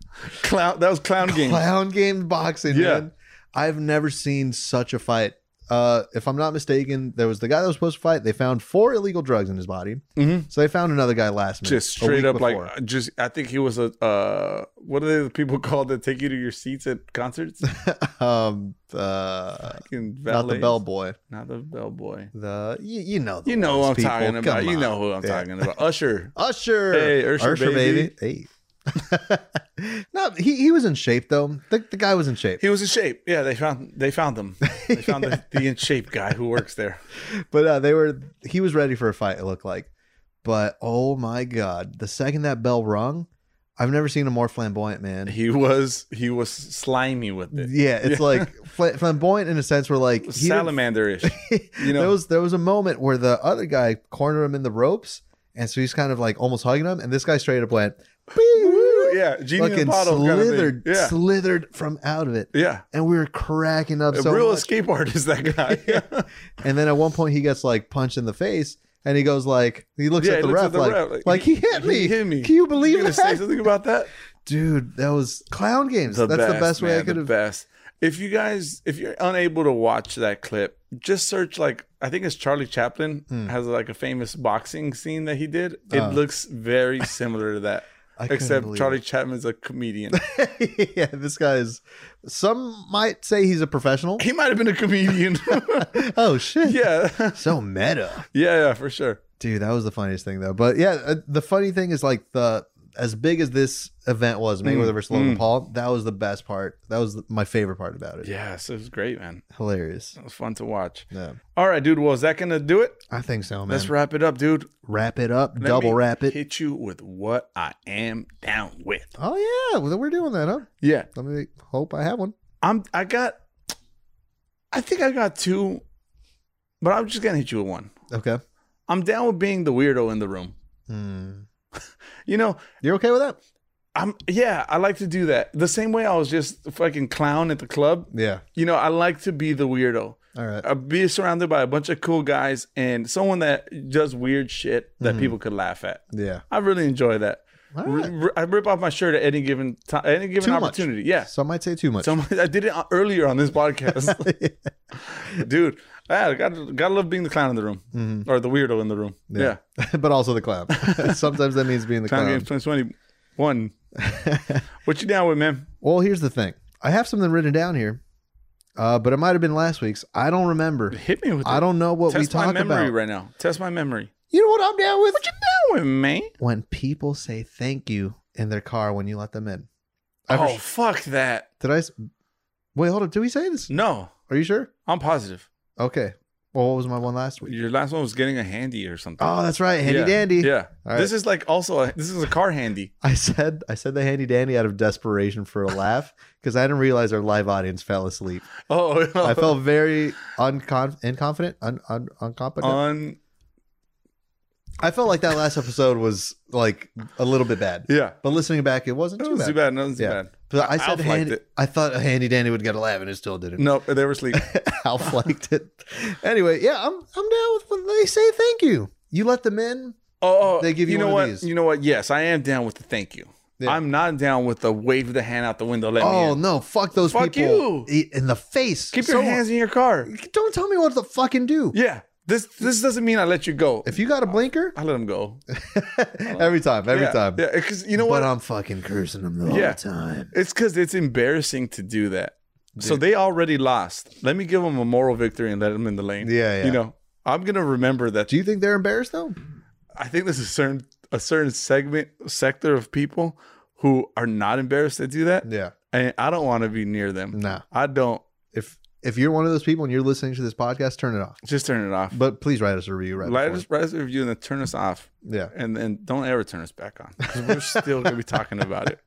B: clown! That was clown game.
A: clown game boxing.
B: Yeah.
A: man. I've never seen such a fight. Uh, if I'm not mistaken, there was the guy that was supposed to fight. They found four illegal drugs in his body.
B: Mhm.
A: So they found another guy last minute.
B: Just
A: a week
B: straight up,
A: before.
B: like, uh, just I think he was a uh, what are they the people called that take you to your seats at concerts?
A: um, uh,
B: Fucking
A: not the
B: valets.
A: bellboy.
B: not the bellboy.
A: The you, you know the
B: You know who I'm
A: ones, people.
B: talking about.
A: Come
B: You know
A: on.
B: who I'm
A: Yeah.
B: talking about. Usher.
A: Usher.
B: Hey, Usher, baby.
A: Hey. no, he he was in shape though. The, the guy was in shape.
B: He was in shape. Yeah, they found they found him. They found the, the in shape guy who works there.
A: but uh, they were he was ready for a fight it looked like but oh my god the second that bell rung I've never seen a more flamboyant man.
B: He was he was slimy with it.
A: Yeah, it's like fla- flamboyant in a sense where like he didn't-
B: Salamander-ish. You know,
A: there was there was a moment where the other guy cornered him in the ropes, and so he's kind of like almost hugging him, and this guy straight up went,
B: Woo, yeah, genie in a
A: fucking
B: bottle kind of thing.
A: slithered,
B: yeah,
A: slithered from out of it,
B: yeah.
A: and we were cracking up
B: A
A: so
B: real
A: much.
B: escape artist, that guy. yeah,
A: And then at one point, he gets like punched in the face, and he goes like, he looks
B: Yeah,
A: at
B: he
A: the
B: looks
A: ref
B: at the
A: like,
B: ref,
A: like,
B: like,
A: he hit me,
B: he hit me.
A: Can you
B: you
A: believe
B: gonna say
A: that,
B: something about that?
A: dude? That was clown games.
B: The
A: That's
B: best,
A: the best way
B: man,
A: I could
B: the
A: have.
B: Best. If you guys, if you're unable to watch that clip, just search like I think it's Charlie Chaplin
A: Hmm.
B: has like a famous boxing scene that he did. It
A: Uh.
B: looks very similar to that,
A: I couldn't
B: except
A: believe
B: Charlie Chaplin's a comedian.
A: it. yeah, this guy is. Some might say he's a professional.
B: he might have been a comedian.
A: oh shit!
B: yeah,
A: So meta.
B: yeah, yeah, for sure.
A: Dude, that was the funniest thing though. But yeah, uh, the funny thing is like the as big as this event was, Mayweather
B: Mm,
A: versus Logan
B: mm.
A: Paul, that was the best part. That was the- my favorite part about it.
B: Yeah, so it was great, man.
A: Hilarious.
B: It was fun to watch.
A: Yeah,
B: All right, dude. Well, is that gonna do it?
A: I think so, man.
B: Let's wrap it up, dude.
A: wrap it up,
B: Let
A: double
B: me
A: wrap it.
B: Hit you with what I am down with.
A: Oh yeah, well, we're doing that, huh?
B: Yeah,
A: Let me hope I have one.
B: I'm. I got. I think I got two, but I'm just gonna hit you with one.
A: Okay.
B: I'm down with being the weirdo in the room.
A: Hmm.
B: You know,
A: You're okay with that?
B: I'm. Yeah, I like to do that. The same way I was just a fucking clown at the club.
A: Yeah.
B: You know, I like to be the weirdo.
A: All right.
B: Uh, be surrounded by a bunch of cool guys and someone that does weird shit that
A: Mhm.
B: people could laugh at.
A: Yeah.
B: I really enjoy that.
A: All
B: R-
A: right.
B: r- I rip off my shirt at any given time, any given
A: Too much.
B: opportunity. Yeah.
A: Some might say too much. Mm-hmm.
B: So I did it earlier on this podcast, dude. I gotta, gotta love being the clown in the room
A: Mhm.
B: or the weirdo in the room. Yeah,
A: Yeah. but also the clown. Sometimes that means being the
B: clown
A: clown.
B: games 2021. what you down with, man?
A: Well, here's the thing. I have something written down here, uh, but it might have been last week's. I don't remember.
B: Hit me with
A: I
B: it.
A: don't know what we
B: Test my
A: talk
B: memory
A: about.
B: right now. Test my memory.
A: You know what I'm down with?
B: What you down with, man?
A: When people say thank you in their car when you let them in. I for
B: Oh,
A: su-
B: fuck that.
A: did I? s- Wait, hold up. Did we say this?
B: No,
A: Are you sure?
B: I'm positive.
A: Okay. Well, what was my one last week?
B: Your last one was getting a handy or something.
A: Oh, that's right. Handy
B: yeah.
A: dandy.
B: Yeah.
A: All
B: This is like also a, this is a car handy.
A: I said I said the handy dandy out of desperation for a laugh because I didn't realize our live audience fell asleep.
B: Oh,
A: I felt very unconf- inconfident, un- un- uncompetent.
B: on.
A: I felt like that last episode was like a little bit bad,
B: Yeah.
A: but listening back, it wasn't
B: It
A: too
B: was
A: bad.
B: too bad. No, it was too
A: Yeah.
B: bad.
A: But I
B: I-
A: said
B: Alf liked
A: handy,
B: it.
A: I thought a handy dandy would get a laugh, and it still didn't.
B: No, they were asleep.
A: Al liked it. Anyway, yeah, I'm I'm down with when they say thank you. You let them in.
B: Oh, oh,
A: They give you
B: know
A: one of
B: what?
A: these.
B: You know what? Yes, I am down with the thank you.
A: Yeah.
B: I'm not down with the wave the hand out the window. Let me
A: Oh
B: in.
A: no, fuck those
B: Fuck
A: people
B: you.
A: i- in the face.
B: Keep your
A: So-
B: hands in your car.
A: Don't tell me what to fucking do.
B: Yeah, this this doesn't mean I let you go.
A: If you got a blinker,
B: I let him go
A: every time, every
B: Yeah,
A: time.
B: Yeah, because you know
A: but um,
B: what?
A: I'm fucking cursing them the
B: Yeah.
A: whole time.
B: it's because it's embarrassing to do that. So
A: Dude.
B: they already lost. Let me give them a moral victory and let them in the lane.
A: Yeah, yeah.
B: You know, I'm gonna remember that.
A: Do you think they're embarrassed though?
B: I think there's a certain a certain segment sector of people who are not embarrassed to do that,
A: Yeah.
B: and I don't want to be near them.
A: Nah.
B: I don't.
A: If if you're one of those people and you're listening to this podcast, turn it off.
B: Just turn it off.
A: But please write us a review right
B: Let
A: before.
B: us write us a review and then turn us off,
A: Yeah.
B: and then don't ever turn us back on 'cause we're still gonna be talking about it.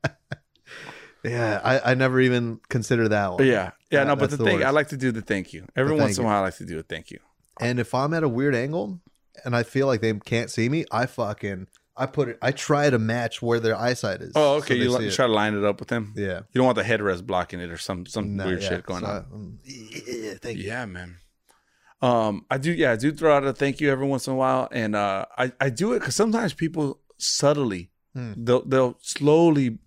A: Yeah. I, I never even consider that
B: But
A: one.
B: yeah, yeah,
A: That-
B: no. But
A: that's
B: the,
A: the
B: thing, I
A: worst.
B: like to do the thank you. Every
A: The
B: once
A: thank
B: in a while, I like to do a thank you.
A: And if I'm at a weird angle and I feel like they can't see me, I fucking I put it I try to match where their eyesight is.
B: Oh,
A: so
B: okay.
A: they
B: you, li-
A: see
B: you
A: it.
B: try to line it up with them.
A: Yeah.
B: You don't want the headrest blocking it or some some
A: Nah,
B: weird
A: yeah.
B: shit going
A: So
B: on.
A: I- um, yeah, thank you.
B: Yeah, man. Um, I do. Yeah, I do throw out a thank you every once in a while, and uh, I I do it because sometimes people subtly
A: Hmm.
B: they'll they'll slowly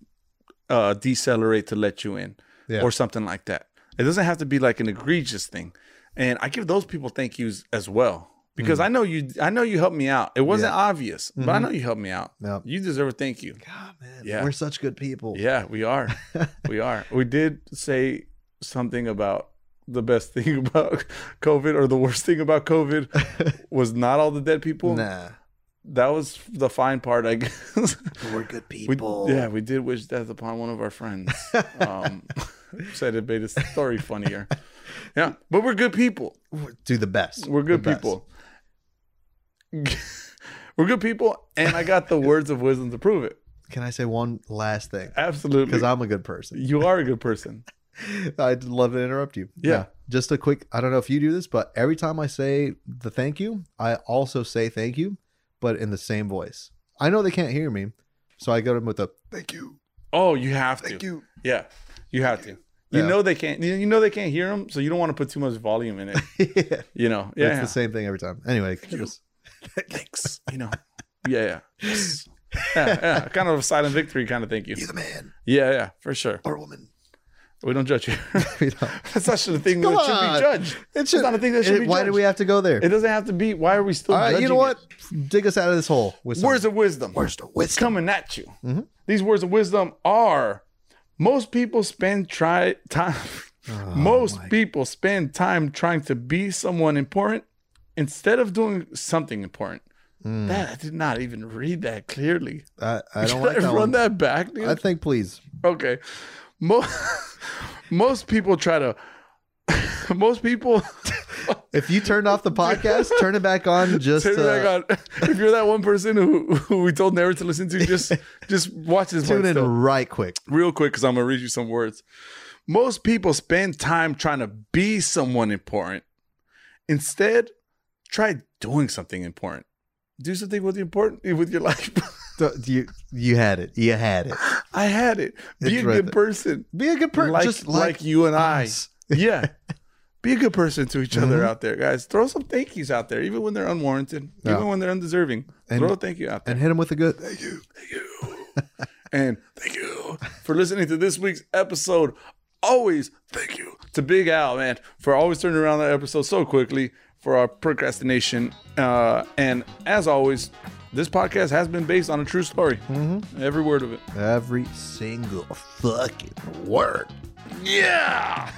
B: uh decelerate to let you in
A: Yeah.
B: or something like that. It doesn't have to be like an egregious thing, and I give those people thank yous as well
A: Hmm.
B: because I know you I know you helped me out. It wasn't obvious, but
A: Mm-hmm.
B: I know you helped me out.
A: Yep.
B: You deserve a thank you.
A: God man.
B: Yeah.
A: We're such good people.
B: Yeah, we are. we are. We did say something about the best thing about COVID or the worst thing about COVID was not all the dead people.
A: Nah.
B: That was the fine part, I guess.
A: We're good
B: we,
A: people.
B: yeah, we did wish death upon one of our friends. Um, said it made the story funnier. Yeah, but we're good people.
A: do the best.
B: We're good
A: The best.
B: people. we're good people, and I got the words of wisdom to prove it.
A: Can I say one last thing?
B: Absolutely.
A: Because I'm a good person.
B: you are a good person.
A: I'd love to interrupt you.
B: Yeah.
A: Just a quick. I don't know if you do this, but every time I say the thank you, I also say thank you, but in the same voice. I know they can't hear me, so I go to them with a thank you,
B: Oh, you have to.
A: thank you.
B: Yeah, you have to. You
A: Yeah.
B: know they can't. You you know they can't hear them, so you don't want to put too much volume in it.
A: yeah.
B: You know.
A: It's
B: Yeah.
A: the same thing every time. Anyway, just-
B: Thanks. You know. Yeah. Yeah. Yes. yeah, yeah. Kind of a silent victory kind of thank you.
A: you're the man
B: Yeah, yeah, for sure.
A: or woman.
B: We don't judge you.
A: You know,
B: That's not the thing that
A: Come
B: should
A: on.
B: be judged.
A: It
B: It's
A: should.
B: not a thing that should
A: it-
B: be
A: why
B: judged.
A: do we have to go there?
B: It doesn't have to be. Why are we still?
A: All right, you
B: judging
A: know
B: it?
A: what? Dig us out of this hole with some
B: Words of wisdom.
A: worst of wisdom.
B: coming at you.
A: Mhm.
B: These words of wisdom are most people spend try time
A: Oh,
B: most
A: my-
B: people spend time trying to be someone important instead of doing something important.
A: Mm.
B: That I did not even read that clearly.
A: I, I don't
B: Should
A: like
B: I
A: that
B: run
A: one.
B: that back, dude?
A: I think please.
B: okay. Most most people try to most people
A: If you turned off the podcast, turn it back on. Just
B: turn it
A: uh,
B: back on. If you're that one person who, who we told never to listen to, just just watch this
A: tune
B: one
A: in
B: still.
A: right quick.
B: real quick because I'm gonna read you some words. Most people spend time trying to be someone important. Instead, try doing something important. Do something with the important with your life.
A: Th- You you had it. You had it.
B: I had it. Be
A: It's
B: a
A: right
B: good
A: there.
B: person.
A: Be a good person.
B: like,
A: just
B: like
A: like,
B: you and I.
A: us.
B: Yeah. Be a good person to each other
A: Mhm.
B: out there, guys. Throw some thank yous out there, even when they're unwarranted,
A: Yeah.
B: even when they're undeserving.
A: And-
B: Throw a thank you out there.
A: And hit him with a good. Thank you.
B: Thank you. and thank you for listening to this week's episode. Always thank you to Big Al, man, for always turning around that episode so quickly for our procrastination. Uh, and as always, this podcast has been based on a true story. Every word of it.
A: Every single fucking word.
B: Yeah.